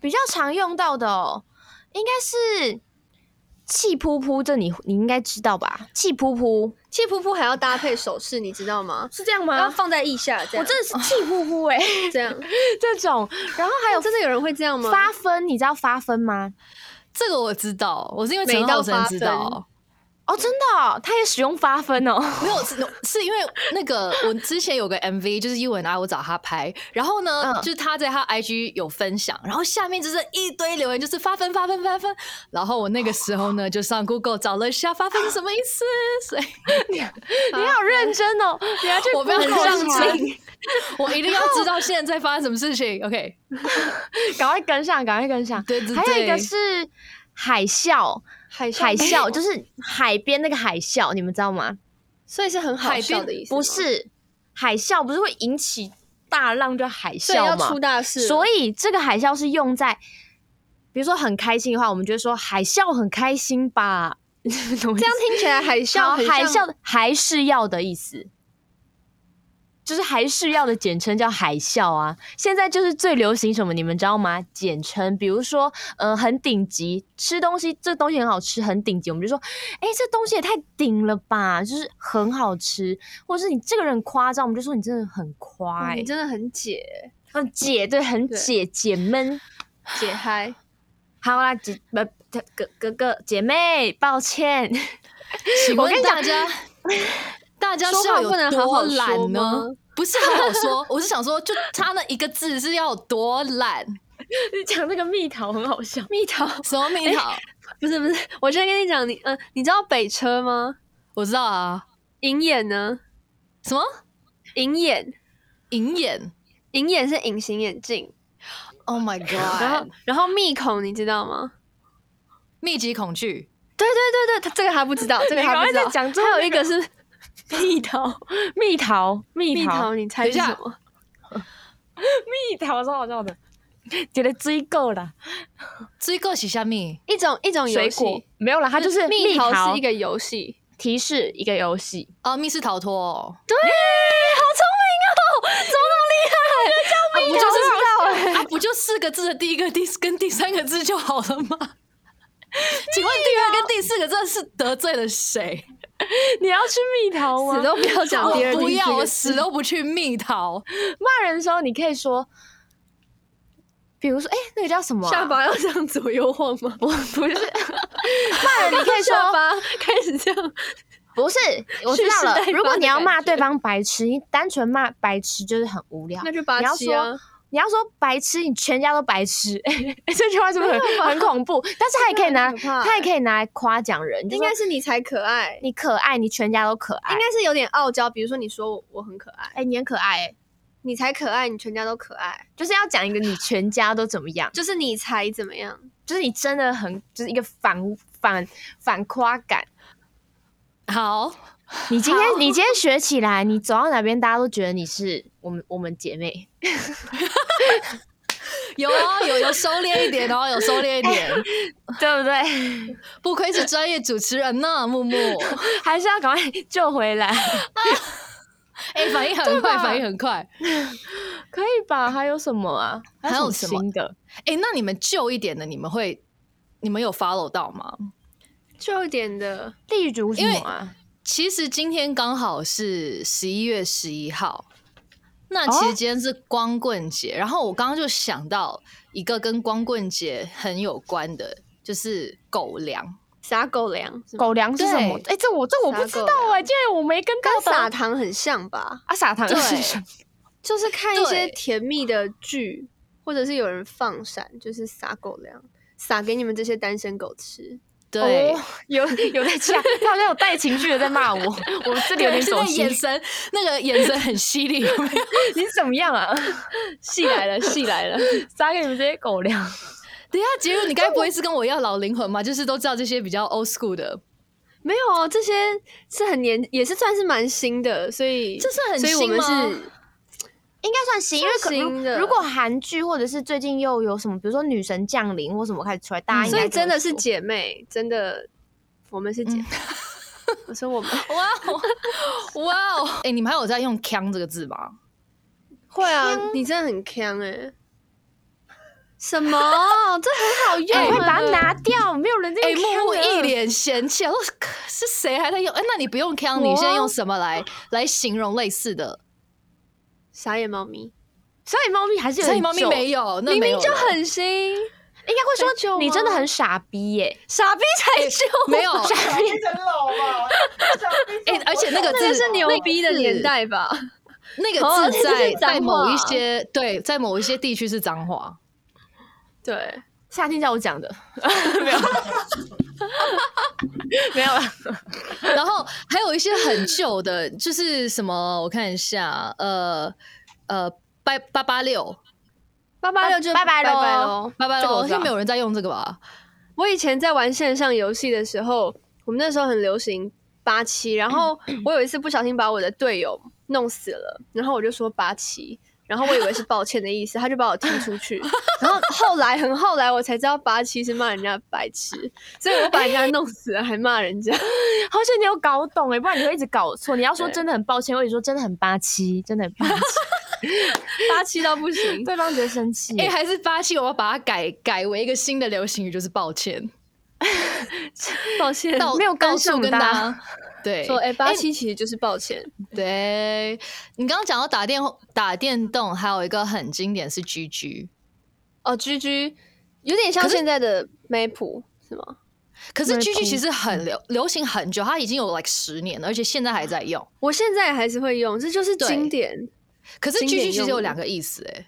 Speaker 1: 比较常用到的哦，应该是气噗噗，这你你应该知道吧？气噗噗
Speaker 4: 气噗噗还要搭配手势，你知道吗？
Speaker 1: 是这样
Speaker 4: 要？放在腋下，这
Speaker 1: 我
Speaker 4: 样
Speaker 1: 真的是气噗噗哎，
Speaker 4: 这样，哦
Speaker 1: 这种，然后还有
Speaker 4: 真的有人会这样 吗？
Speaker 1: 发分，你知道发分吗？
Speaker 3: 这个我知道，我是因为陈
Speaker 4: 美到
Speaker 3: 浩生
Speaker 4: 发
Speaker 3: 知
Speaker 4: 疯
Speaker 3: 道。
Speaker 1: 哦，真的哦、他也使用发分哦。
Speaker 3: 没有，是是因为那个我之前有个 MV，就是 U N I，我找他拍，然后呢，
Speaker 1: 嗯
Speaker 3: 就是他在他 IG 有分享，然后下面就是一堆留言，就是发分发分发分，然后我那个时 候呢，就上 Google 找了一下发分是什么意思， 所以
Speaker 1: 你好认真哦，你要去
Speaker 3: 我非常
Speaker 1: Google
Speaker 3: 上
Speaker 1: 它
Speaker 3: 进，我一定要知道现在发生什么事 情。OK，
Speaker 1: 赶快跟上，赶快跟上。
Speaker 3: 对对对，
Speaker 1: 还有一个是海啸，
Speaker 4: 海，
Speaker 1: 海啸就是是海边那个海啸，你们知道吗？
Speaker 4: 所以是很好笑的意思吗，
Speaker 1: 不是海啸，不是会引起大浪叫海
Speaker 4: 所以要
Speaker 1: 啸
Speaker 4: 出
Speaker 1: 吗？
Speaker 4: 大事了，
Speaker 1: 所以这个海啸是用在，比如说很开心的话，我们就会说海啸很开心吧。
Speaker 4: 这
Speaker 1: 这
Speaker 4: 样听起来海啸
Speaker 1: 好
Speaker 4: 很
Speaker 1: 海
Speaker 4: 像
Speaker 1: 啸还是要的意思，就是还是要的简称叫海啸啊。现在就是最流行什么，你们知道吗？简称，比如说，呃，很顶级，吃东西这东西很好吃，很顶级，我们就说，哎、这东西也太顶了吧，就是很好吃，或者是你这个人很夸张，我们就说你真的很夸、
Speaker 4: 哇
Speaker 1: 欸，
Speaker 4: 哦你真的很解
Speaker 1: 嗯，姐对，很
Speaker 4: 对
Speaker 1: 解解闷。
Speaker 4: 解嗨，
Speaker 1: 好啦，姐呃，哥哥哥姐妹，抱歉，
Speaker 3: 请
Speaker 1: 我
Speaker 3: 问
Speaker 1: 跟你讲
Speaker 3: 大 家，大家
Speaker 4: 说
Speaker 3: 是要
Speaker 4: 话
Speaker 3: 有
Speaker 4: 不能好
Speaker 3: 多
Speaker 4: 好说
Speaker 3: 懒呢
Speaker 4: 吗？
Speaker 3: 不是好好说，我是想说，就他那一个字是要有多懒？
Speaker 1: 你讲那个蜜桃很好笑。
Speaker 4: 蜜桃
Speaker 3: 什么蜜桃？
Speaker 4: 不是不是，我先跟你讲，你嗯、你知道北车吗？
Speaker 3: 我知道啊，
Speaker 4: 银眼呢？
Speaker 3: 什么
Speaker 4: 银眼，
Speaker 3: 银眼
Speaker 4: 银眼是隐形眼镜，
Speaker 3: ？Oh my
Speaker 4: 然后
Speaker 3: god！
Speaker 4: 然后密孔你知道吗？
Speaker 3: 密集恐惧，
Speaker 4: 对对对对，他这个还不知道，这个
Speaker 1: 你赶
Speaker 4: 还
Speaker 1: 快
Speaker 4: 不知道
Speaker 1: 再。讲最
Speaker 4: 还
Speaker 1: 后
Speaker 4: 有一个是
Speaker 1: 蜜桃， 蜜桃，蜜
Speaker 4: 蜜
Speaker 1: 桃
Speaker 4: 桃，，你猜是
Speaker 3: 等一下
Speaker 4: 什么？
Speaker 1: 蜜桃，超好笑的。觉得追够了，
Speaker 3: 追过洗下蜜。
Speaker 4: 一种一种游
Speaker 1: 水
Speaker 4: 戏
Speaker 1: 果，没有了，它就是
Speaker 4: 蜜
Speaker 1: 桃
Speaker 4: 桃是一个游戏，
Speaker 1: 提示，一个游戏。
Speaker 4: 啊
Speaker 3: 哦，密室逃脱哦，
Speaker 1: 对，好聪明哦，怎么那么厉害？
Speaker 3: 啊我就是知道，啊，不就四个字的第一个、第跟第三个字就好了吗？ 请问第二跟第四个字是得罪了谁？
Speaker 1: 你要去蜜桃吗？
Speaker 4: 死哦都不要讲
Speaker 3: 我
Speaker 4: 第二、
Speaker 3: 不
Speaker 4: 第四
Speaker 3: 要，
Speaker 4: 个
Speaker 3: 我
Speaker 4: 字
Speaker 3: 死都不去蜜桃。
Speaker 1: 骂人的时候，你可以说，比如说，哎、那个叫什么、
Speaker 4: 下？巴要这样左右晃 吗？不，不是，
Speaker 1: 骂人你可以说，
Speaker 4: 下巴开始这样。
Speaker 1: 不是，我知道
Speaker 4: 蓄势待
Speaker 1: 了。
Speaker 4: 发
Speaker 1: 如果你要
Speaker 4: 的
Speaker 1: 骂
Speaker 4: 感觉
Speaker 1: 对方白痴，你单纯骂白痴就是很无聊。
Speaker 4: 那就八
Speaker 1: 你要
Speaker 4: 七啊
Speaker 1: 说，你要说白痴，你全家都白痴， 这句话是不是很很恐怖？但是他也可以拿
Speaker 4: 真的很可，怕
Speaker 1: 他也可以拿来夸奖人，就
Speaker 4: 应
Speaker 1: 说
Speaker 4: 该是你才可爱，应
Speaker 1: 你可爱，你全家都可爱。
Speaker 4: 该是有点傲娇。比如说你说我我很可爱，
Speaker 1: 哎、你很可爱、欸，
Speaker 4: 你才可爱，你全家都可爱，
Speaker 1: 就是要讲一个你全家都怎么样，
Speaker 4: 就是你才怎么样？
Speaker 1: 就是你真的很就是一个反反反夸感。
Speaker 3: 好，
Speaker 1: 你今天你今天学起来，你走到哪边，大家都觉得你是我们我们姐妹。
Speaker 3: 有哦有有收敛一点哦，有收敛一点，
Speaker 1: 对不对？
Speaker 3: 不愧是专业主持人呢，木木。
Speaker 1: 还是要赶快救回来，
Speaker 3: 哎、反应很快，
Speaker 1: 吧
Speaker 3: 反应很快。
Speaker 1: 可以吧？还有什么啊？
Speaker 3: 还有什么
Speaker 1: 新的？
Speaker 3: 哎、那你们旧一点的，你们会，你们有 follow 到吗？
Speaker 4: 就一点的，
Speaker 1: 例如什么啊？
Speaker 3: 其实今天刚好是十一月十一号，那其实今天是光棍节，然后我刚刚就想到一个跟光棍节很有关的，就是狗粮。
Speaker 4: 撒狗粮是吗
Speaker 1: 狗粮是什么？
Speaker 3: 对
Speaker 1: 哎，这我这我不知
Speaker 4: 撒狗
Speaker 1: 道
Speaker 4: 粮
Speaker 1: 哎，竟然我没跟
Speaker 4: 跟
Speaker 1: 到
Speaker 4: 撒
Speaker 1: 的
Speaker 4: 糖很像吧？
Speaker 1: 啊撒糖
Speaker 3: 对
Speaker 1: 是什么？
Speaker 4: 就是看一些
Speaker 3: 对
Speaker 4: 甜蜜的剧，或者是有人放闪，就是撒狗粮，撒给你们这些单身狗吃。
Speaker 3: 对，
Speaker 1: 哦有有在讲， 他好像有带情绪的在骂我，我这里有
Speaker 3: 对，
Speaker 1: 点
Speaker 3: 是 那
Speaker 1: 走
Speaker 3: 个
Speaker 1: 心
Speaker 3: 眼。神，那个眼神很犀利， 有没有
Speaker 1: 你怎么样啊？
Speaker 4: 戏来了，戏来了，
Speaker 1: 撒给你们这些狗粮？
Speaker 3: 等一下，杰如，你该不会是跟我要老灵魂吗？就是都知道这些比较 old school 的，
Speaker 4: 没有哦，这些是很年，也是算是蛮新的，所以
Speaker 3: 这算很
Speaker 4: 所以我
Speaker 3: 新
Speaker 4: 们
Speaker 3: 吗
Speaker 4: 是
Speaker 1: 应该算新，因为可
Speaker 4: 算新的
Speaker 1: 如如果韩剧或者是最近又有什么，比如说《女神降临》或什么开始出来，大家
Speaker 3: 嗯
Speaker 1: 应
Speaker 4: 所
Speaker 1: 该
Speaker 4: 以真的
Speaker 1: 就
Speaker 4: 是
Speaker 1: 会说
Speaker 4: 姐妹，真的，我们是姐妹。我说我们
Speaker 3: 哇哦，哇哦！哎，你们还有在用 “cang” 这个字吗？
Speaker 4: 会啊，你真的很强哎、 什么？这很好用、
Speaker 1: 哎
Speaker 4: 欸，
Speaker 1: 会把它拿掉，没有人在
Speaker 3: 哎，
Speaker 1: 用
Speaker 3: 木
Speaker 1: 看啊
Speaker 3: 木
Speaker 1: 的
Speaker 3: 一脸嫌弃，我说可是谁还在用？哎，那你不用 “cang”，你
Speaker 4: 啊
Speaker 3: 现在用什么来来形容类似的？
Speaker 4: 傻眼猫咪，
Speaker 1: 所以猫咪还是有
Speaker 3: 所
Speaker 1: 点
Speaker 3: 以猫咪
Speaker 1: 旧
Speaker 3: 没有，那
Speaker 4: 明
Speaker 3: 没
Speaker 4: 明
Speaker 3: 有
Speaker 4: 就
Speaker 3: 了
Speaker 4: 很新，
Speaker 1: 应该会
Speaker 4: 很哎旧
Speaker 1: 说你真的
Speaker 4: 吗
Speaker 1: 很傻逼耶、
Speaker 4: 傻逼才旧。
Speaker 3: 没有。
Speaker 2: 小兵真老了，
Speaker 3: 哎，而且那个字
Speaker 4: 是牛逼的年
Speaker 3: 字
Speaker 4: 代吧？
Speaker 3: 那
Speaker 4: 哦
Speaker 3: 个字
Speaker 4: 那
Speaker 3: 在
Speaker 4: 是
Speaker 3: 在
Speaker 4: 脏
Speaker 3: 某一
Speaker 4: 话
Speaker 3: 些对，在某一些地区是脏话。
Speaker 4: 对，
Speaker 1: 夏天叫我讲的，没有，没有了。
Speaker 3: 然后还有一些很旧的，就是什么，我看一下，呃呃，八八八六，
Speaker 4: 八八六就
Speaker 1: 拜拜
Speaker 4: 拜
Speaker 1: 咯
Speaker 4: 拜喽。
Speaker 3: 八八
Speaker 1: 这个
Speaker 3: 六，
Speaker 1: 我知
Speaker 3: 现在
Speaker 1: 道
Speaker 3: 没有人在用这个吧？
Speaker 4: 我以前在玩线上游戏的时候，我们那时候很流行八七，然 后我有一次不小心把我的队友弄死了，然后我就说八七。然后我以为是抱歉的意思，他就把我踢出 去。然后后来很后来我才知道八七是骂人家白痴，所以我把人家弄死了还骂人家。
Speaker 1: 好险你有搞懂哎、不然你会一直搞错。你要说
Speaker 4: 对
Speaker 1: 真的很抱歉，或者说真的很八七，真的很八 七，
Speaker 4: 八七到不行。
Speaker 1: 对方直接生气
Speaker 3: 哎、
Speaker 1: 耶、
Speaker 3: 还是八七，我要把它改改为一个新的流行语，就是抱歉，
Speaker 4: 抱歉。
Speaker 3: 到
Speaker 1: 没有跟
Speaker 3: 到处
Speaker 1: 上
Speaker 3: 跟
Speaker 1: 的
Speaker 3: 大
Speaker 1: 啊
Speaker 3: 家。对
Speaker 4: 说哎，八七其实就是抱歉。
Speaker 3: 对，你刚刚讲到打电打电动，还有一个很经典是 GG，
Speaker 4: 哦，G G，有点像
Speaker 3: 可是
Speaker 4: 现在的 Map 是吗？
Speaker 3: 可是
Speaker 1: 对
Speaker 3: GG 其
Speaker 1: 同
Speaker 3: 实很流流行很久，它已经有 like 十年了，而且现在还在用。
Speaker 4: 我现在还是会用，这就是
Speaker 3: 对
Speaker 4: 经典。
Speaker 3: 可是
Speaker 4: 经
Speaker 3: GG
Speaker 4: 典
Speaker 3: 其实
Speaker 4: 用
Speaker 3: 有
Speaker 4: 语
Speaker 3: 两个意思、哎，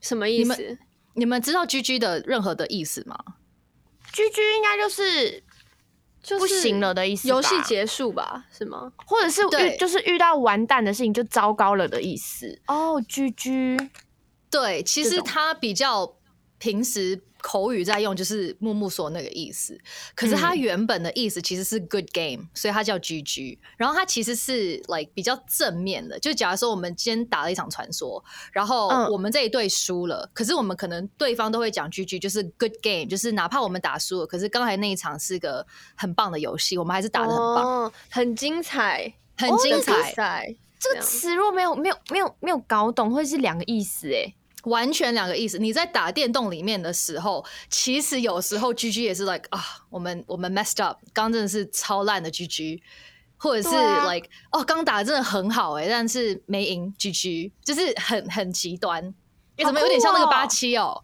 Speaker 4: 什么意
Speaker 3: 你
Speaker 4: 思？
Speaker 3: 你们知道 GG 的任何的意思吗？
Speaker 1: 居居应该就是
Speaker 4: 就是
Speaker 1: 不行了的意思吧，
Speaker 4: 游戏结束吧？是吗？
Speaker 1: 或者是
Speaker 3: 对
Speaker 1: 遇就是遇到完蛋的事情就糟糕了的意思。哦，居居，
Speaker 3: 对，其
Speaker 1: 这
Speaker 3: 实
Speaker 1: 种
Speaker 3: 它比较平时口语在用，就是木木说那个意思。可是它
Speaker 1: 嗯
Speaker 3: 原本的意思其实是 good game，、所以它叫 GG。然后它其实是 like 比较正面的，就假如说我们今天打了一场传说，然后
Speaker 1: 嗯
Speaker 3: 我们这一队输了，可是我们可能对方都会讲 GG，就是 good game，就是哪怕我们打输了，可是刚才那一场是个很棒的游戏，我们还是打的很棒，
Speaker 4: 哦，很精彩，
Speaker 1: 哦
Speaker 3: 很精彩。
Speaker 4: 彩。
Speaker 1: 这个词若没有没有没有没有搞懂，会是两个意思哎、
Speaker 3: 完全两个意思。你在打电动里面的时候，其实有时 候 GG 也是 like 啊，我们我们 messed up，刚真的是超烂的 GG，或者是
Speaker 4: 对啊
Speaker 3: like、哦刚打得真的很好哎、但是没赢 GG，就是很很极端。哎，
Speaker 1: 好
Speaker 3: 怎么有点像那个
Speaker 1: 酷哦
Speaker 3: 八七哦？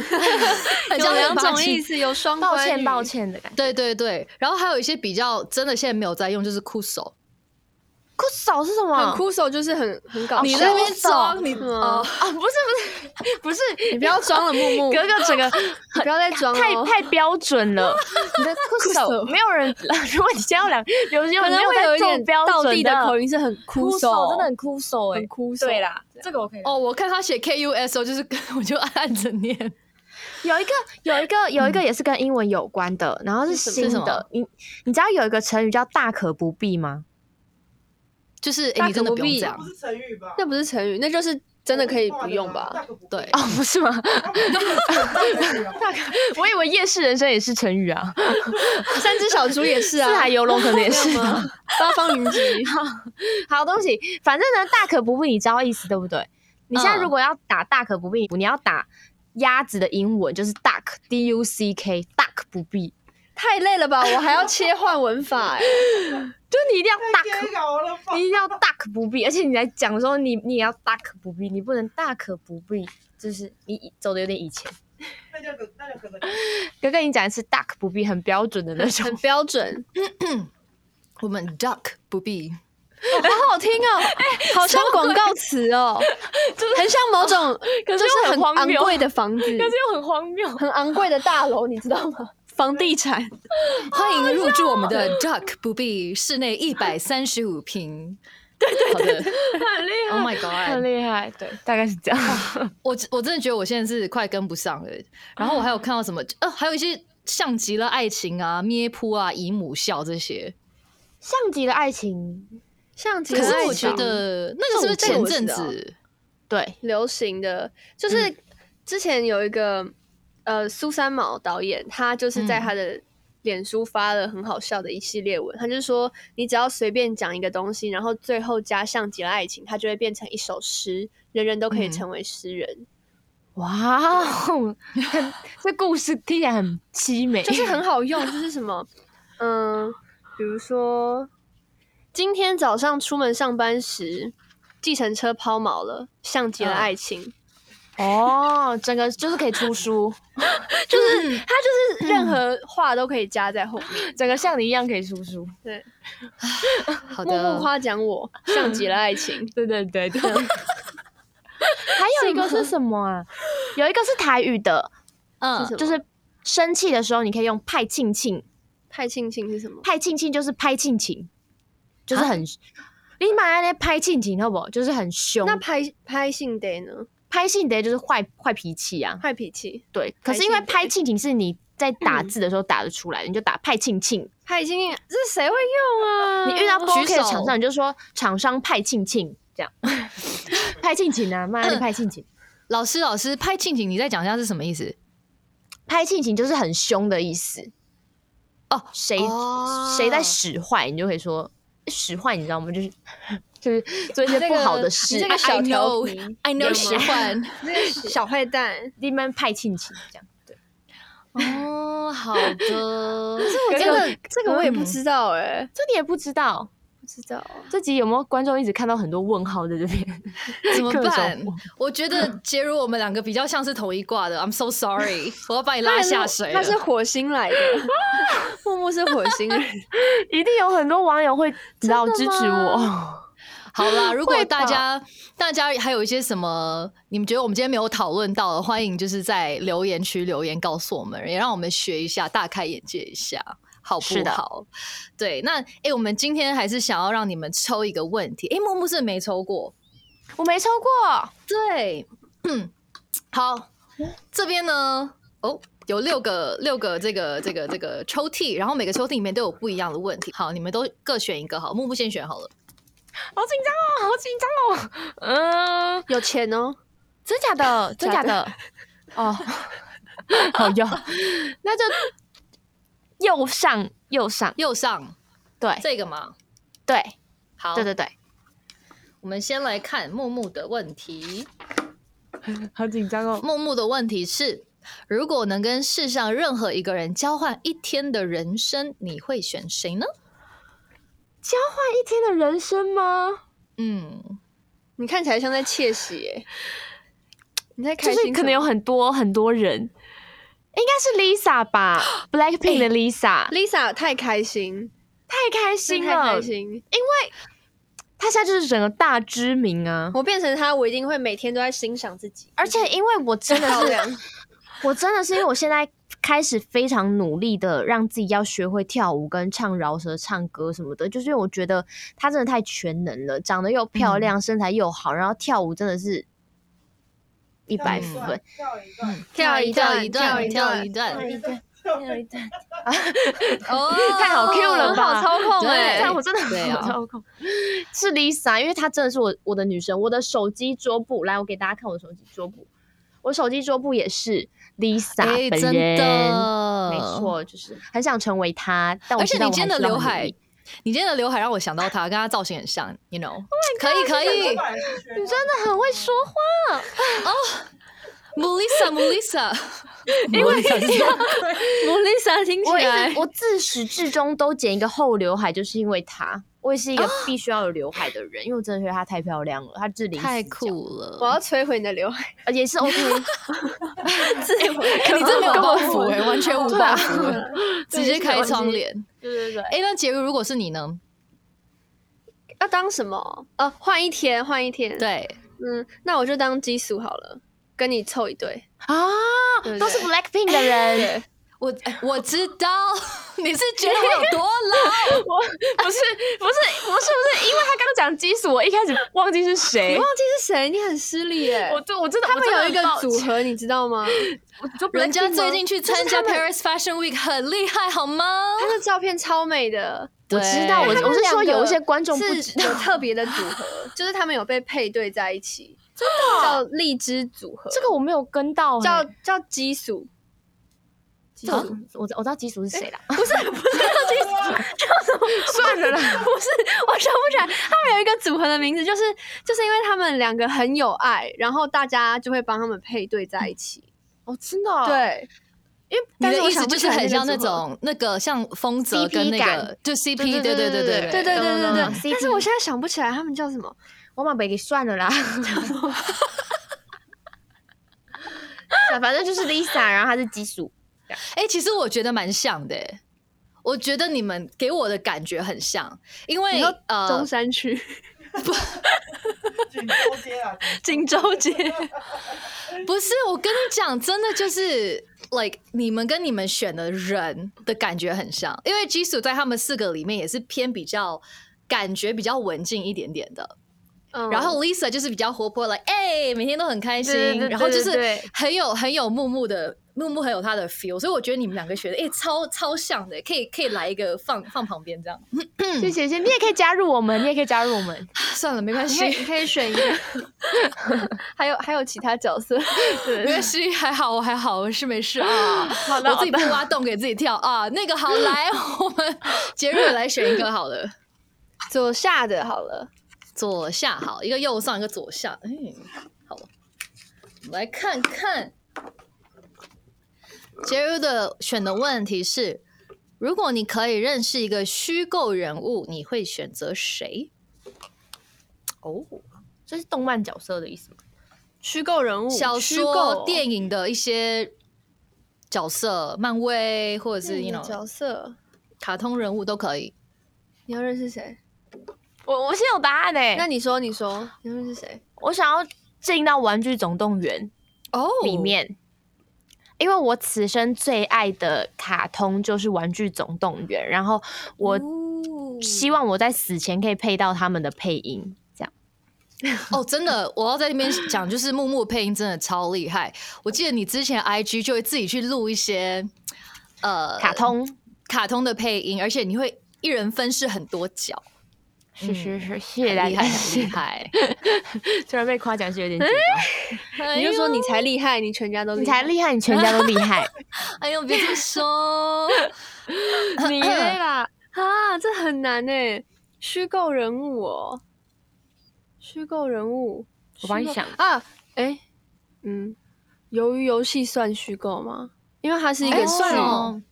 Speaker 3: 很
Speaker 4: 有
Speaker 3: 像那
Speaker 4: 两
Speaker 3: 个八
Speaker 4: 种
Speaker 3: 七
Speaker 4: 意思，有双
Speaker 1: 抱
Speaker 4: 关
Speaker 1: 歉
Speaker 4: 语
Speaker 1: 抱。歉的感觉。
Speaker 3: 对对对，然后还有一些比较真的现在没有在用，就是酷手，
Speaker 1: 酷手是什么？哦
Speaker 4: 很酷手就是很很搞笑，
Speaker 1: 嗯你
Speaker 3: 在那
Speaker 1: 边装
Speaker 4: 你
Speaker 3: 哦
Speaker 1: 啊，不是不是 不是，
Speaker 4: 你不要装了，木 木，
Speaker 1: 格格整个
Speaker 4: 你不要再装
Speaker 1: 太
Speaker 4: 了哦。
Speaker 1: 太标准了， 你的酷手
Speaker 4: 手
Speaker 1: 没有人。 如果你先要两，有有
Speaker 4: 可能
Speaker 1: 没
Speaker 4: 会有
Speaker 1: 有
Speaker 4: 一
Speaker 1: 在
Speaker 4: 点
Speaker 1: 中标
Speaker 4: 道
Speaker 1: 准
Speaker 4: 地的口音是很
Speaker 1: 酷
Speaker 4: 枯
Speaker 1: 手真的很酷手哎
Speaker 4: 很，枯手。
Speaker 1: 啦，
Speaker 2: 这个我可以。
Speaker 3: 哦，我看他写 K U S O，就是 我就按着念。
Speaker 1: 有一个有一个有一个也是跟英文有关的，然后嗯是
Speaker 4: 是
Speaker 1: 新
Speaker 3: 什么
Speaker 1: 的。你你知道有一个成语叫大可不必吗？
Speaker 3: 就是哎、
Speaker 4: 大
Speaker 3: 你
Speaker 4: 可
Speaker 3: 真的
Speaker 4: 不
Speaker 3: 不用
Speaker 4: 必啊
Speaker 3: 这
Speaker 2: 不
Speaker 3: 样，
Speaker 2: 是成语吧？
Speaker 4: 那不是成语，那就是真的可以不用吧？
Speaker 3: 对
Speaker 1: 哦， 不是吗？
Speaker 2: 大哥，
Speaker 1: 我以为夜市人生也是成语啊，
Speaker 4: 三只小猪也是
Speaker 1: 四
Speaker 4: 啊
Speaker 1: 海，游龙可能也是 吧。
Speaker 4: 吗？八方云集，
Speaker 1: 好东西，反正呢，大可不必，你知道意思对不对？你现在如果要打大可不必，你要打鸭子的英文就是 duck d u c k duck 不必，
Speaker 4: 太累了 吧？我还要切换文法哎。
Speaker 1: 就你一定要 duck，
Speaker 2: 天饶了吧
Speaker 1: 你！一定要 duck 不必，而且你来讲的时候，你你也要 duck 不必，你不能大可不必，就是你走的有点以前。
Speaker 2: 那就可那就可能
Speaker 1: 哥哥，你讲的是 duck 不必，很标准的那种
Speaker 4: 很。标准，
Speaker 3: 我们 duck 不必。
Speaker 4: 好好听哦，好像广告词 哦，很像某种， 可
Speaker 1: 是
Speaker 4: 就是
Speaker 1: 又很
Speaker 4: 很
Speaker 1: 荒
Speaker 4: 昂
Speaker 1: 谬
Speaker 4: 贵的房 子，
Speaker 1: 又很荒谬，
Speaker 4: 很昂贵的大楼，你知道吗？房地产，
Speaker 3: 欢迎入住我们的 duck 不必，室内一百三十五平。对对对，
Speaker 1: 很厉
Speaker 3: 好的。Oh my
Speaker 1: 很
Speaker 3: god！
Speaker 1: 厉害，对，大概是这样。
Speaker 3: 我我真的觉得我现在是快跟不上了。然后我还有看到什么呃，还有一些像极了爱情啊、咩扑啊、姨母笑这些。
Speaker 1: 像极了爱情，
Speaker 4: 像极
Speaker 3: 可
Speaker 4: 了
Speaker 3: 是
Speaker 4: 爱
Speaker 3: 我觉
Speaker 4: 情
Speaker 3: 得那个是不是
Speaker 4: 这
Speaker 3: 前
Speaker 4: 我
Speaker 3: 阵
Speaker 4: 知道
Speaker 3: 子？
Speaker 1: 对，
Speaker 4: 流行的，就是之前有一个、呃苏三毛导演，他就是在他的脸书发了很好笑的一系列文，他就说你只要随便讲一个东西，然后最后加上极了爱情，它就会变成一首诗，人人都可以
Speaker 3: 嗯
Speaker 4: 成为诗人，
Speaker 1: 哇哦， 很这故事听起来很凄美，
Speaker 4: 就是很好用，就是什么嗯、比如说今天早上出门上班时。计程车抛锚了，像极
Speaker 3: 嗯
Speaker 4: 了爱情，
Speaker 1: 哦，整个就是可以出书，
Speaker 4: 就是它就是任何话都可以加在后 面。
Speaker 1: 整个像你一样可以出书。。
Speaker 4: 对，
Speaker 3: 好
Speaker 4: 默
Speaker 3: 的
Speaker 4: 默，夸奖我， 像极了爱情
Speaker 1: 对对对 对。还有一个是什么啊？ 有一个是台语的，
Speaker 3: 嗯
Speaker 4: 是什么
Speaker 1: 就是生气的时候你可以用派庆庆，
Speaker 4: 太庆幸是什么？
Speaker 1: 派庆庆就是拍庆庆，就是很。你买那拍庆庆，好不好？就是很凶。
Speaker 4: 那拍拍性 day 呢？
Speaker 1: 拍性的就是坏坏脾气啊。
Speaker 4: 坏脾气，
Speaker 1: 对，可是因为拍庆庆是你在打字的时候打得出来的，你就打派庆庆。
Speaker 4: 派庆庆，这谁会用啊？
Speaker 1: 你遇到不 OK 的
Speaker 3: 手
Speaker 1: 厂商，你就说厂商派庆庆这样，派庆庆啊，妈的派庆庆，
Speaker 3: 老师老师拍庆庆，你再讲一下是什么意思？
Speaker 1: 派庆庆就是很凶的意思。
Speaker 3: 哦，
Speaker 1: 谁
Speaker 3: 哦
Speaker 1: 谁在使坏，你就可以说使坏，你知道吗？就是 就是做一些
Speaker 4: 这
Speaker 1: 不
Speaker 4: 个
Speaker 1: 好的
Speaker 4: 你
Speaker 1: 事，
Speaker 4: 这个
Speaker 3: I- I
Speaker 4: 小调
Speaker 3: know，
Speaker 4: 皮
Speaker 3: I
Speaker 4: 有
Speaker 3: know
Speaker 4: 吗
Speaker 3: 使唤。
Speaker 4: 小坏蛋，
Speaker 1: 你们派庆庆这样。对，
Speaker 3: 哦，好的。
Speaker 4: 我
Speaker 1: 这
Speaker 4: 真
Speaker 1: 个
Speaker 4: 的这个我也不知道哎，
Speaker 1: 这你也不知道，
Speaker 4: 不知道。啊
Speaker 1: 这集有没有观众一直看到很多问号在这边？
Speaker 3: 怎么
Speaker 1: 各种嗯
Speaker 3: 办？我觉得杰如我们两个比较像是同一挂的。I'm so sorry，我要把你拉下水
Speaker 4: 他
Speaker 3: 了。
Speaker 4: 是火星来的，默默是火星 人，
Speaker 1: 一定有很多网友会知道支持我。
Speaker 3: 好啦，如果
Speaker 4: 会吧
Speaker 3: 大家大家还有一些什么，你们觉得我们今天没有讨论到的，欢迎就是在留言区留言告诉我们，也让我们学一下，大开眼界一下。好
Speaker 1: 是
Speaker 3: 不
Speaker 1: 的
Speaker 3: 好？对，那哎、诶我们今天还是想要让你们抽一个问题。哎、木木是没抽过，
Speaker 1: 我没抽过，
Speaker 3: 对，嗯好，这边呢，哦，有六个六个这个这个这个抽屉，然后每个抽屉里面都有不一样的问题。好，你们都各选一个，好，木木先选好了。
Speaker 1: 好紧张哦，好紧张哦。嗯，
Speaker 4: 有钱哦。
Speaker 1: 真假的，真假
Speaker 4: 假
Speaker 1: 的，哦， 好哟，那就右上右上，
Speaker 3: 右上
Speaker 1: 对
Speaker 3: 这个嘛，
Speaker 1: 对
Speaker 3: 好，
Speaker 1: 对对对，
Speaker 3: 我们先来看木木的问题。
Speaker 1: 好紧张哦。
Speaker 3: 木木的问题是：如果能跟世上任何一个人交换一天的人生，你会选谁呢？
Speaker 1: 交换一天的人生吗？
Speaker 3: 嗯，
Speaker 4: 你看起来像在窃喜耶，你在
Speaker 1: 就
Speaker 4: 开
Speaker 1: 是
Speaker 4: 心？
Speaker 1: 可能有很多很多人，应该是 Lisa 吧，Blackpink 的 Lisa，、
Speaker 4: Lisa 太开心，
Speaker 1: 哎太开心
Speaker 4: 太
Speaker 1: 了
Speaker 4: 开，心！
Speaker 1: 她现在就是整个大知名啊。
Speaker 4: 我变成他，我一定会每天都在欣赏自己，
Speaker 1: 而且因为我真的
Speaker 4: 漂
Speaker 1: 是
Speaker 4: 亮。
Speaker 1: 我真的是因为我现在开始非常努力的让自己要学会跳舞跟唱饶舌、唱歌什么的，就是因为我觉得她真的太全能了，长得又漂亮，身材又好，然后跳舞真的是一百
Speaker 3: 嗯
Speaker 1: 分。
Speaker 2: 跳一段，
Speaker 4: 跳一
Speaker 3: 跳
Speaker 4: 段
Speaker 3: 一段，
Speaker 4: 跳
Speaker 3: 跳
Speaker 4: 一
Speaker 3: 嗯一
Speaker 2: 跳
Speaker 3: 段，
Speaker 2: 一段，跳一段，
Speaker 3: 哦，
Speaker 1: 太好 Q 了吧
Speaker 4: 好操控哎、
Speaker 1: 哦这
Speaker 3: 对
Speaker 1: 样我真的
Speaker 3: 对
Speaker 1: 很
Speaker 3: 啊
Speaker 1: 操控。是 Lisa，因为她真的是我我的女神。我的手机桌布，来，我给大家看我的手机桌布。我手机桌布也是 Lisa
Speaker 3: 哎，
Speaker 1: 本
Speaker 3: 真
Speaker 1: 人，
Speaker 3: 的，
Speaker 1: 没。错，就是很想成为她，但我
Speaker 3: 而且
Speaker 1: 知道
Speaker 3: 你
Speaker 1: 我
Speaker 3: 今天
Speaker 1: 还
Speaker 3: 的
Speaker 1: 是要
Speaker 3: 刘
Speaker 1: 很努
Speaker 3: 海
Speaker 1: 力，
Speaker 3: 你今天的刘海让我想到他，跟他造型很像，you know，可以 可以
Speaker 2: 我本来是学
Speaker 1: 你真的很会说话，
Speaker 3: ，Melissa Melissa，
Speaker 1: 因为
Speaker 4: Melissa 听起
Speaker 1: 我
Speaker 4: 来
Speaker 1: 一直我自始至终都剪一个厚刘海，就是因为她。我也是一
Speaker 3: 啊
Speaker 1: 个必须要有刘海的人，因为我真的觉得她太漂亮了，她是零
Speaker 3: 太
Speaker 1: 死角，
Speaker 3: 酷
Speaker 4: 我
Speaker 3: 了，
Speaker 4: 要摧毁你的 刘海，
Speaker 1: 而且 是 OK，
Speaker 4: 自我
Speaker 3: 你这没有
Speaker 1: 跟我
Speaker 3: 包袱哎，完全无
Speaker 1: 对啊
Speaker 3: 包袱哎，直接开窗帘。
Speaker 4: 对对对，
Speaker 3: 哎，那杰如如果是你呢？
Speaker 4: 要当什么？呃，换一天，换一天。，
Speaker 3: 对，
Speaker 4: 嗯，那我就当基础好了，跟你凑一对。
Speaker 1: 啊，
Speaker 4: 对不
Speaker 1: 都是
Speaker 4: 对
Speaker 1: Blackpink 的人，
Speaker 4: 对，
Speaker 3: 我哎我知道，你是觉得我有多老？
Speaker 1: 不是不是不是不是，因为他刚讲基础，我一开始忘记是
Speaker 4: 你
Speaker 1: 谁
Speaker 4: 忘。记是谁，你很失礼耶。
Speaker 1: 我真我真的
Speaker 4: 他们
Speaker 1: 我真的
Speaker 4: 有一个
Speaker 1: 很抱
Speaker 4: 组
Speaker 1: 歉，
Speaker 4: 合，你知道吗？
Speaker 1: 我就
Speaker 3: 人家
Speaker 1: Blackpink 吗
Speaker 3: 最近去参加 Paris Fashion Week 很厉害，好吗？
Speaker 4: 他的照片超美的。
Speaker 1: 我知道，我
Speaker 3: 对
Speaker 4: 他们
Speaker 1: 我是说
Speaker 4: 两个
Speaker 1: 有一些观众不知
Speaker 4: 是有特别的组合， 就是他们有被配对在一起，真的啊叫荔枝组合，
Speaker 1: 这个我没有跟到欸，
Speaker 4: 叫叫基础，
Speaker 1: 基础我知我知道基础是谁啦，
Speaker 4: 算了啦，不是，我想不起来，他们有一个组合的名字，就是就是因为他们两个很有爱，然后大家就会帮他们配对在一起。
Speaker 1: 哦，真的，，
Speaker 4: 对，
Speaker 3: 你
Speaker 4: 但是
Speaker 3: 的
Speaker 4: 我
Speaker 3: 意思
Speaker 4: 想不
Speaker 3: 就
Speaker 4: 起
Speaker 3: 是
Speaker 4: 来
Speaker 3: 很
Speaker 4: 那个
Speaker 3: 像那
Speaker 4: 组合
Speaker 3: 种那个像丰泽
Speaker 1: CP
Speaker 3: 跟那个
Speaker 1: 感
Speaker 3: 就 CP，
Speaker 1: 对
Speaker 3: 对
Speaker 1: 对对对
Speaker 3: 对对对
Speaker 4: 对对对对
Speaker 1: 嗯
Speaker 4: 对。但是
Speaker 1: CP
Speaker 4: 我现在想不起来他们叫什么。
Speaker 1: 我把北给算了啦。 反正就是 Lisa，然后她是基础，
Speaker 3: 哎、其实我觉得蛮像的、欸，我觉得你们给我的感觉很像，因为
Speaker 4: 你说中
Speaker 3: 呃，
Speaker 4: 山区
Speaker 2: 锦州街啊，
Speaker 4: 锦州街，
Speaker 3: 不是我跟你讲，真的就是 like 你们跟你们选的人的感觉很像，因为基础在他们四个里面也是偏比较感觉比较文静一点点的，
Speaker 4: 嗯
Speaker 3: 然后 Lisa 就是比较活泼了，哎、每天都很开心，
Speaker 1: 对对对
Speaker 3: 然后就
Speaker 1: 对
Speaker 3: 是
Speaker 1: 对对
Speaker 3: 很有很有木木的木木很有他的 feel，所以我觉得你们两个学的哎、超超像的，可以可以来一个放放旁边这样，
Speaker 1: 谢谢谢谢，你也可以加入我们，你也可以加入我们，
Speaker 3: 算了没关
Speaker 4: 你
Speaker 3: 系
Speaker 4: 可以，你可以选一 个，还有还有其他角 色，
Speaker 3: 没关系，还好我还好，我是没事啊，
Speaker 1: 好的
Speaker 3: 我自己不挖洞给自己跳啊，那个好来，我们杰瑞来选一个好了，
Speaker 4: 左下的好了，
Speaker 3: 左下好，一个右上一个左下，哎、好，我们来看看杰瑞的选的问题是。如果你可以认识一个虚构人物，你会选择谁？哦，
Speaker 1: 这是动漫角色的意思吗？
Speaker 4: 虚构人物，
Speaker 3: 小
Speaker 4: 虚构
Speaker 3: 说、电影的一些角色，漫威或者是 you
Speaker 4: 电影
Speaker 3: know
Speaker 4: 角色，
Speaker 3: 卡通人物都可以。
Speaker 4: 你要认识谁？
Speaker 1: 我我先有答案欸诶，
Speaker 4: 那你说，你说，哎你认识谁？
Speaker 1: 我想要进到《玩具总动员》
Speaker 3: 哦
Speaker 1: 里面，因为我此生最爱的卡通就是《玩具总动员》，然后我希望我在死前可以配到他们的配音，这样。
Speaker 3: 哦，真的，我要在那边讲，就是木木配音真的超厉害。我记得你之前 IG 就会自己去录一些呃
Speaker 1: 卡通，
Speaker 3: 卡通的配音，而且你会一人分饰很多角，
Speaker 1: 是是是，谢谢
Speaker 3: 很
Speaker 1: 大
Speaker 3: 厉
Speaker 1: 家
Speaker 3: 害，。很厉害。
Speaker 1: 突然被夸奖是有点紧张。
Speaker 4: 你就说你才厉害，你全家都
Speaker 1: 嗯你
Speaker 4: 厉
Speaker 1: 才
Speaker 4: 害。
Speaker 1: 厉害，你全家都厉 害。
Speaker 3: 哎呦，哎呦，别这 么说。
Speaker 4: 你嘞啦 啊，这很难诶，虚构人物哦，虚构人物，
Speaker 1: 我帮你
Speaker 4: 虚构
Speaker 1: 想
Speaker 4: 啊，哎，嗯，鱿鱼游戏算虚构吗？因为它是一个
Speaker 1: 哎
Speaker 4: 剧，
Speaker 1: 算哦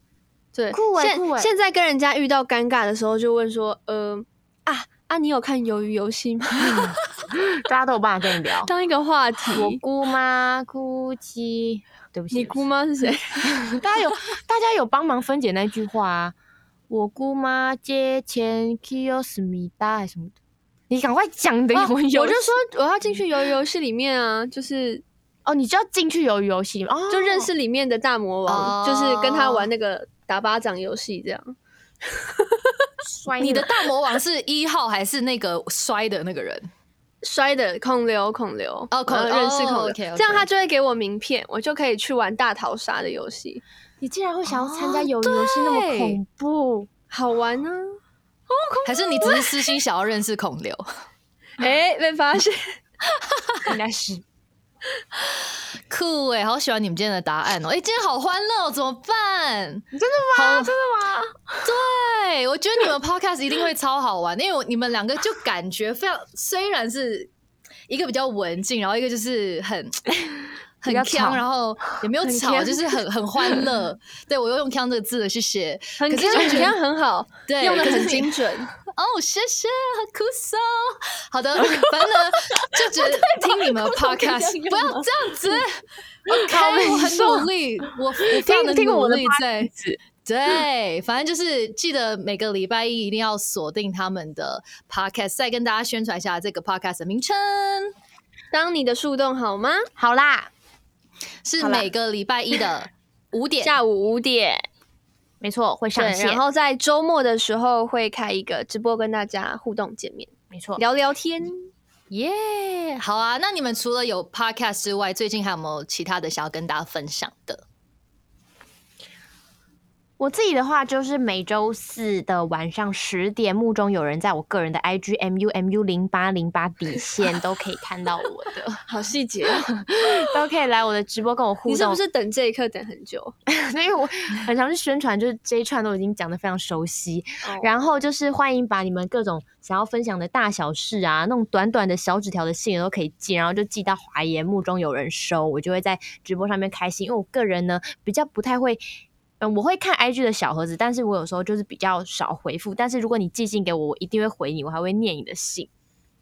Speaker 4: 对，
Speaker 1: 酷欸酷欸
Speaker 4: 现现在跟人家遇到尴尬的时候，就问说，呃啊啊，你有看鱿鱼游戏吗？。
Speaker 1: 大家都有办法跟你聊
Speaker 4: 当一个话题。
Speaker 1: 我姑妈、姑七，对不起，
Speaker 4: 你姑妈是谁？
Speaker 1: 大家有 大家有帮忙分解那句话啊？我姑妈借钱 kios 米达还是什么的？你赶快讲你的
Speaker 4: 啊
Speaker 1: 游游
Speaker 4: 我就
Speaker 1: 戏
Speaker 4: 说我要进去鱿鱼游戏里面啊，就是
Speaker 1: 哦，你就要进去游游戏里面哦，
Speaker 4: 就认识里面的大魔王，
Speaker 1: 哦
Speaker 4: 就是跟他玩那个打巴掌游戏这样。
Speaker 1: 摔
Speaker 3: 哦你
Speaker 1: 那
Speaker 3: 的
Speaker 1: 个
Speaker 3: 大魔王是一号还是那个摔的那个人？
Speaker 4: 摔的孔刘，孔刘
Speaker 3: 哦孔
Speaker 4: 呃
Speaker 3: 哦
Speaker 4: 认识孔刘，
Speaker 3: OK，OK
Speaker 4: 这样他就会给我名片，我就可以去玩大逃杀的游戏，
Speaker 1: 你竟然会想要参加
Speaker 3: 哦
Speaker 1: 游游戏那么
Speaker 3: 对
Speaker 1: 恐怖？
Speaker 4: 好玩啊！
Speaker 3: 还是你只是私心想要认识孔刘？
Speaker 4: 哎、被发现，
Speaker 1: 应该是
Speaker 3: 酷哎、好喜欢你们今天的答案哦！哎、今天好欢乐哦，怎么办？真的吗？真的吗？对，我觉得你们 podcast 一定会超好玩，因为我你们两个就感觉非常，虽然是一个比较文静，然后一个就是很很
Speaker 1: 较
Speaker 3: 腔，
Speaker 1: 吵
Speaker 3: 然后也没有
Speaker 4: 很
Speaker 3: 吵，
Speaker 4: 腔
Speaker 3: 就是很很欢乐。对我又用“腔”这个字了，谢谢。
Speaker 4: 很
Speaker 3: 可 是就
Speaker 4: 很
Speaker 3: 觉得
Speaker 4: 很好，
Speaker 3: 对，
Speaker 4: 用的
Speaker 3: 可是
Speaker 4: 很
Speaker 3: 你
Speaker 4: 精准。
Speaker 3: 哦，谢谢，很酷搜。好的，反正呢就觉得听你们 podcast 不要这样 子。OK，我很努力，我我非常的
Speaker 1: 听听
Speaker 3: 努
Speaker 1: 我的
Speaker 3: 力在。对，反正就是记得每个礼拜一一定要锁定他们的 podcast。再跟大家宣传一下这个 podcast 的名称，
Speaker 4: 当你的树洞好吗？
Speaker 1: 好啦，
Speaker 3: 是
Speaker 1: 好啦
Speaker 3: 每个礼拜 一的五点。
Speaker 4: 下午五点，
Speaker 1: 没错，会上
Speaker 4: 对，
Speaker 1: 线，
Speaker 4: 然后在周末的时候会开一个直播，跟大家互动见面，
Speaker 1: 没错，
Speaker 4: 聊聊天。
Speaker 3: 耶好啊！那你们除了有 podcast 之外，最近还有没有其他的想要跟大家分享的？
Speaker 1: 我自己的话，就是每周四的晚上十点，目中有人在我个人的 IG MU MU 零八零八底 线都可以看到我的，
Speaker 4: 好细节，
Speaker 1: 都可以来我的直播跟我互
Speaker 4: 你是
Speaker 1: 动。
Speaker 4: 不是等这一刻等很久？
Speaker 1: 因为我很常去宣传，就是这一串都已经讲的非常熟悉。
Speaker 4: 哦
Speaker 1: 然后就是欢迎把你们各种想要分享的大小事啊，那种短短的小纸条的信也都可以寄，然后就寄到华研目中有人收，我就会在直播上面开心。因为我个人呢比较不太会。嗯，我会看 IG 的小盒子，但是我有时候就是比较少回复。但是如果你寄信给我，我一定会回你，我还会念你的信。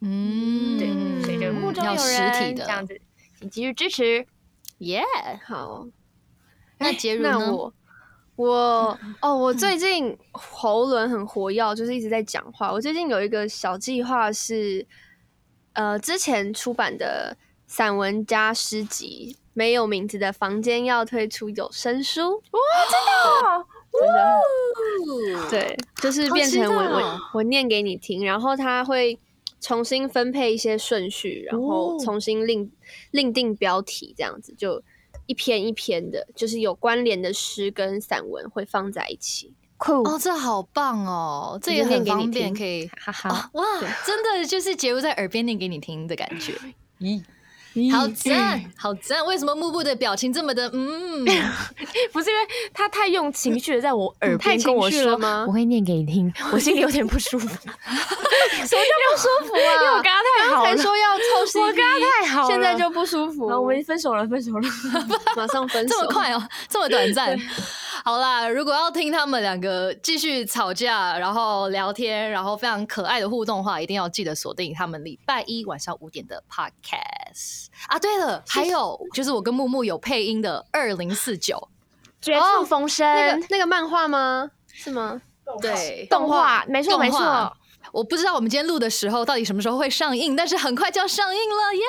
Speaker 3: 嗯，
Speaker 1: 对，所以就目中有
Speaker 3: 要实
Speaker 1: 人
Speaker 3: 体的
Speaker 1: 这样子，请继续支持。
Speaker 3: 耶
Speaker 4: 好，
Speaker 3: 那杰
Speaker 1: 哎
Speaker 3: 如
Speaker 4: 那
Speaker 3: 呢？
Speaker 4: 我我哦，我最近喉轮很活跃，就是一直在讲话。我最近有一个小计划是，呃，之前出版的散文加诗集《没有名字的房间》要推出有声书。哇，真的，真的，对，就是
Speaker 3: 好
Speaker 4: 变
Speaker 3: 期
Speaker 4: 成我
Speaker 3: 待
Speaker 4: 我
Speaker 3: 哦
Speaker 4: 我念给你听，然后它会。重新分配一些顺序，然后
Speaker 1: 哦
Speaker 4: 重新另另定标题，这样子就一篇一篇的，就是有关联的诗跟散文会放在一起。
Speaker 1: 酷，
Speaker 3: 哦，这好棒哦，这
Speaker 4: 就
Speaker 3: 也
Speaker 4: 念
Speaker 3: 很
Speaker 4: 给你
Speaker 3: 方便，
Speaker 4: 听
Speaker 3: 可 以
Speaker 1: 哈
Speaker 3: 啊
Speaker 1: 哈，
Speaker 3: 哇，真的就是杰如在耳边念给你听的感 觉，
Speaker 1: 咦，
Speaker 3: 好
Speaker 4: 嗯
Speaker 3: 赞，好赞！为什么幕布的表情这么的 嗯？
Speaker 1: 不是因为他太用情绪的在我耳
Speaker 4: 嗯太
Speaker 1: 边跟
Speaker 4: 情
Speaker 1: 我
Speaker 4: 绪
Speaker 1: 说
Speaker 4: 了吗
Speaker 1: 我会念给你听，我心里有点不舒 服，
Speaker 4: 什么叫不舒服啊？
Speaker 1: 因为我跟他太好
Speaker 4: 才
Speaker 1: 了，
Speaker 4: 说要凑 CP，
Speaker 1: 我跟他太好了，
Speaker 4: 现在就不舒服。
Speaker 1: 好我们分手了，分手了，
Speaker 4: 马上分手，
Speaker 3: 这么？快哦，这么短暂。好啦，如果要听他们两个继续吵架，然后聊天，然后非常可爱的互动的话，一定要记得锁定他们礼拜一晚上五点的 podcast 啊。对了，还有就是我跟木木有配音的二零四九，
Speaker 1: 绝处逢
Speaker 4: 那
Speaker 1: 生
Speaker 4: 个，那个漫画吗？是吗？哎
Speaker 2: 动画，
Speaker 3: 对，
Speaker 1: 动画，没错
Speaker 3: 动画
Speaker 1: 没错，。
Speaker 3: 我不知道我们今天录的时候到底什么时候会上映，但是很快就要上映了耶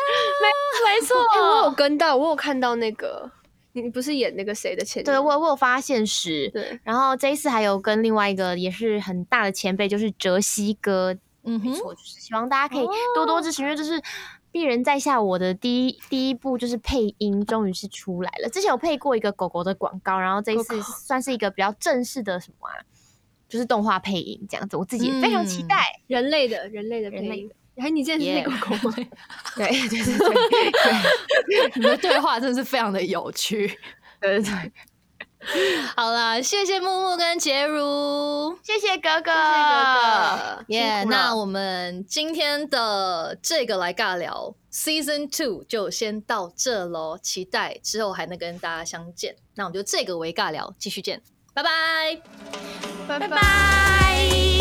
Speaker 1: 没 错
Speaker 4: 哎我有跟到，我有看到那个，你你不是演那个谁的前女
Speaker 1: 对
Speaker 4: 友？
Speaker 1: 我我有发现时，
Speaker 4: 对，
Speaker 1: 然后这一次还有跟另外一个也是很大的前辈，就是哲西哥，
Speaker 3: 嗯哼
Speaker 1: 没错，就是希望大家可以多多支持，因为这是鄙人在下我的第一第一部就是配音，终于是出来了。之前有配过一个狗狗的广告，然后这一次算是一个比较正式的什么啊，就是动画配音这样子，我自己也非常期
Speaker 3: 嗯
Speaker 1: 待。
Speaker 4: 人类的人类的配
Speaker 1: 人类
Speaker 4: 音。哎，你之前是那个狗吗？
Speaker 1: 对对对对
Speaker 3: 你们的对话真的是非常的有趣。
Speaker 1: 对对对，
Speaker 3: 好啦，谢谢木木跟杰如。
Speaker 1: 谢谢哥哥，
Speaker 4: 哥哥
Speaker 1: 辛
Speaker 3: 耶、
Speaker 1: 苦了
Speaker 3: 那我们今天的这个来尬聊 Season Two 就先到这喽，期待之后还能跟大家相见。那我们就这个为尬聊，继续见，拜拜。
Speaker 4: 拜
Speaker 1: 拜。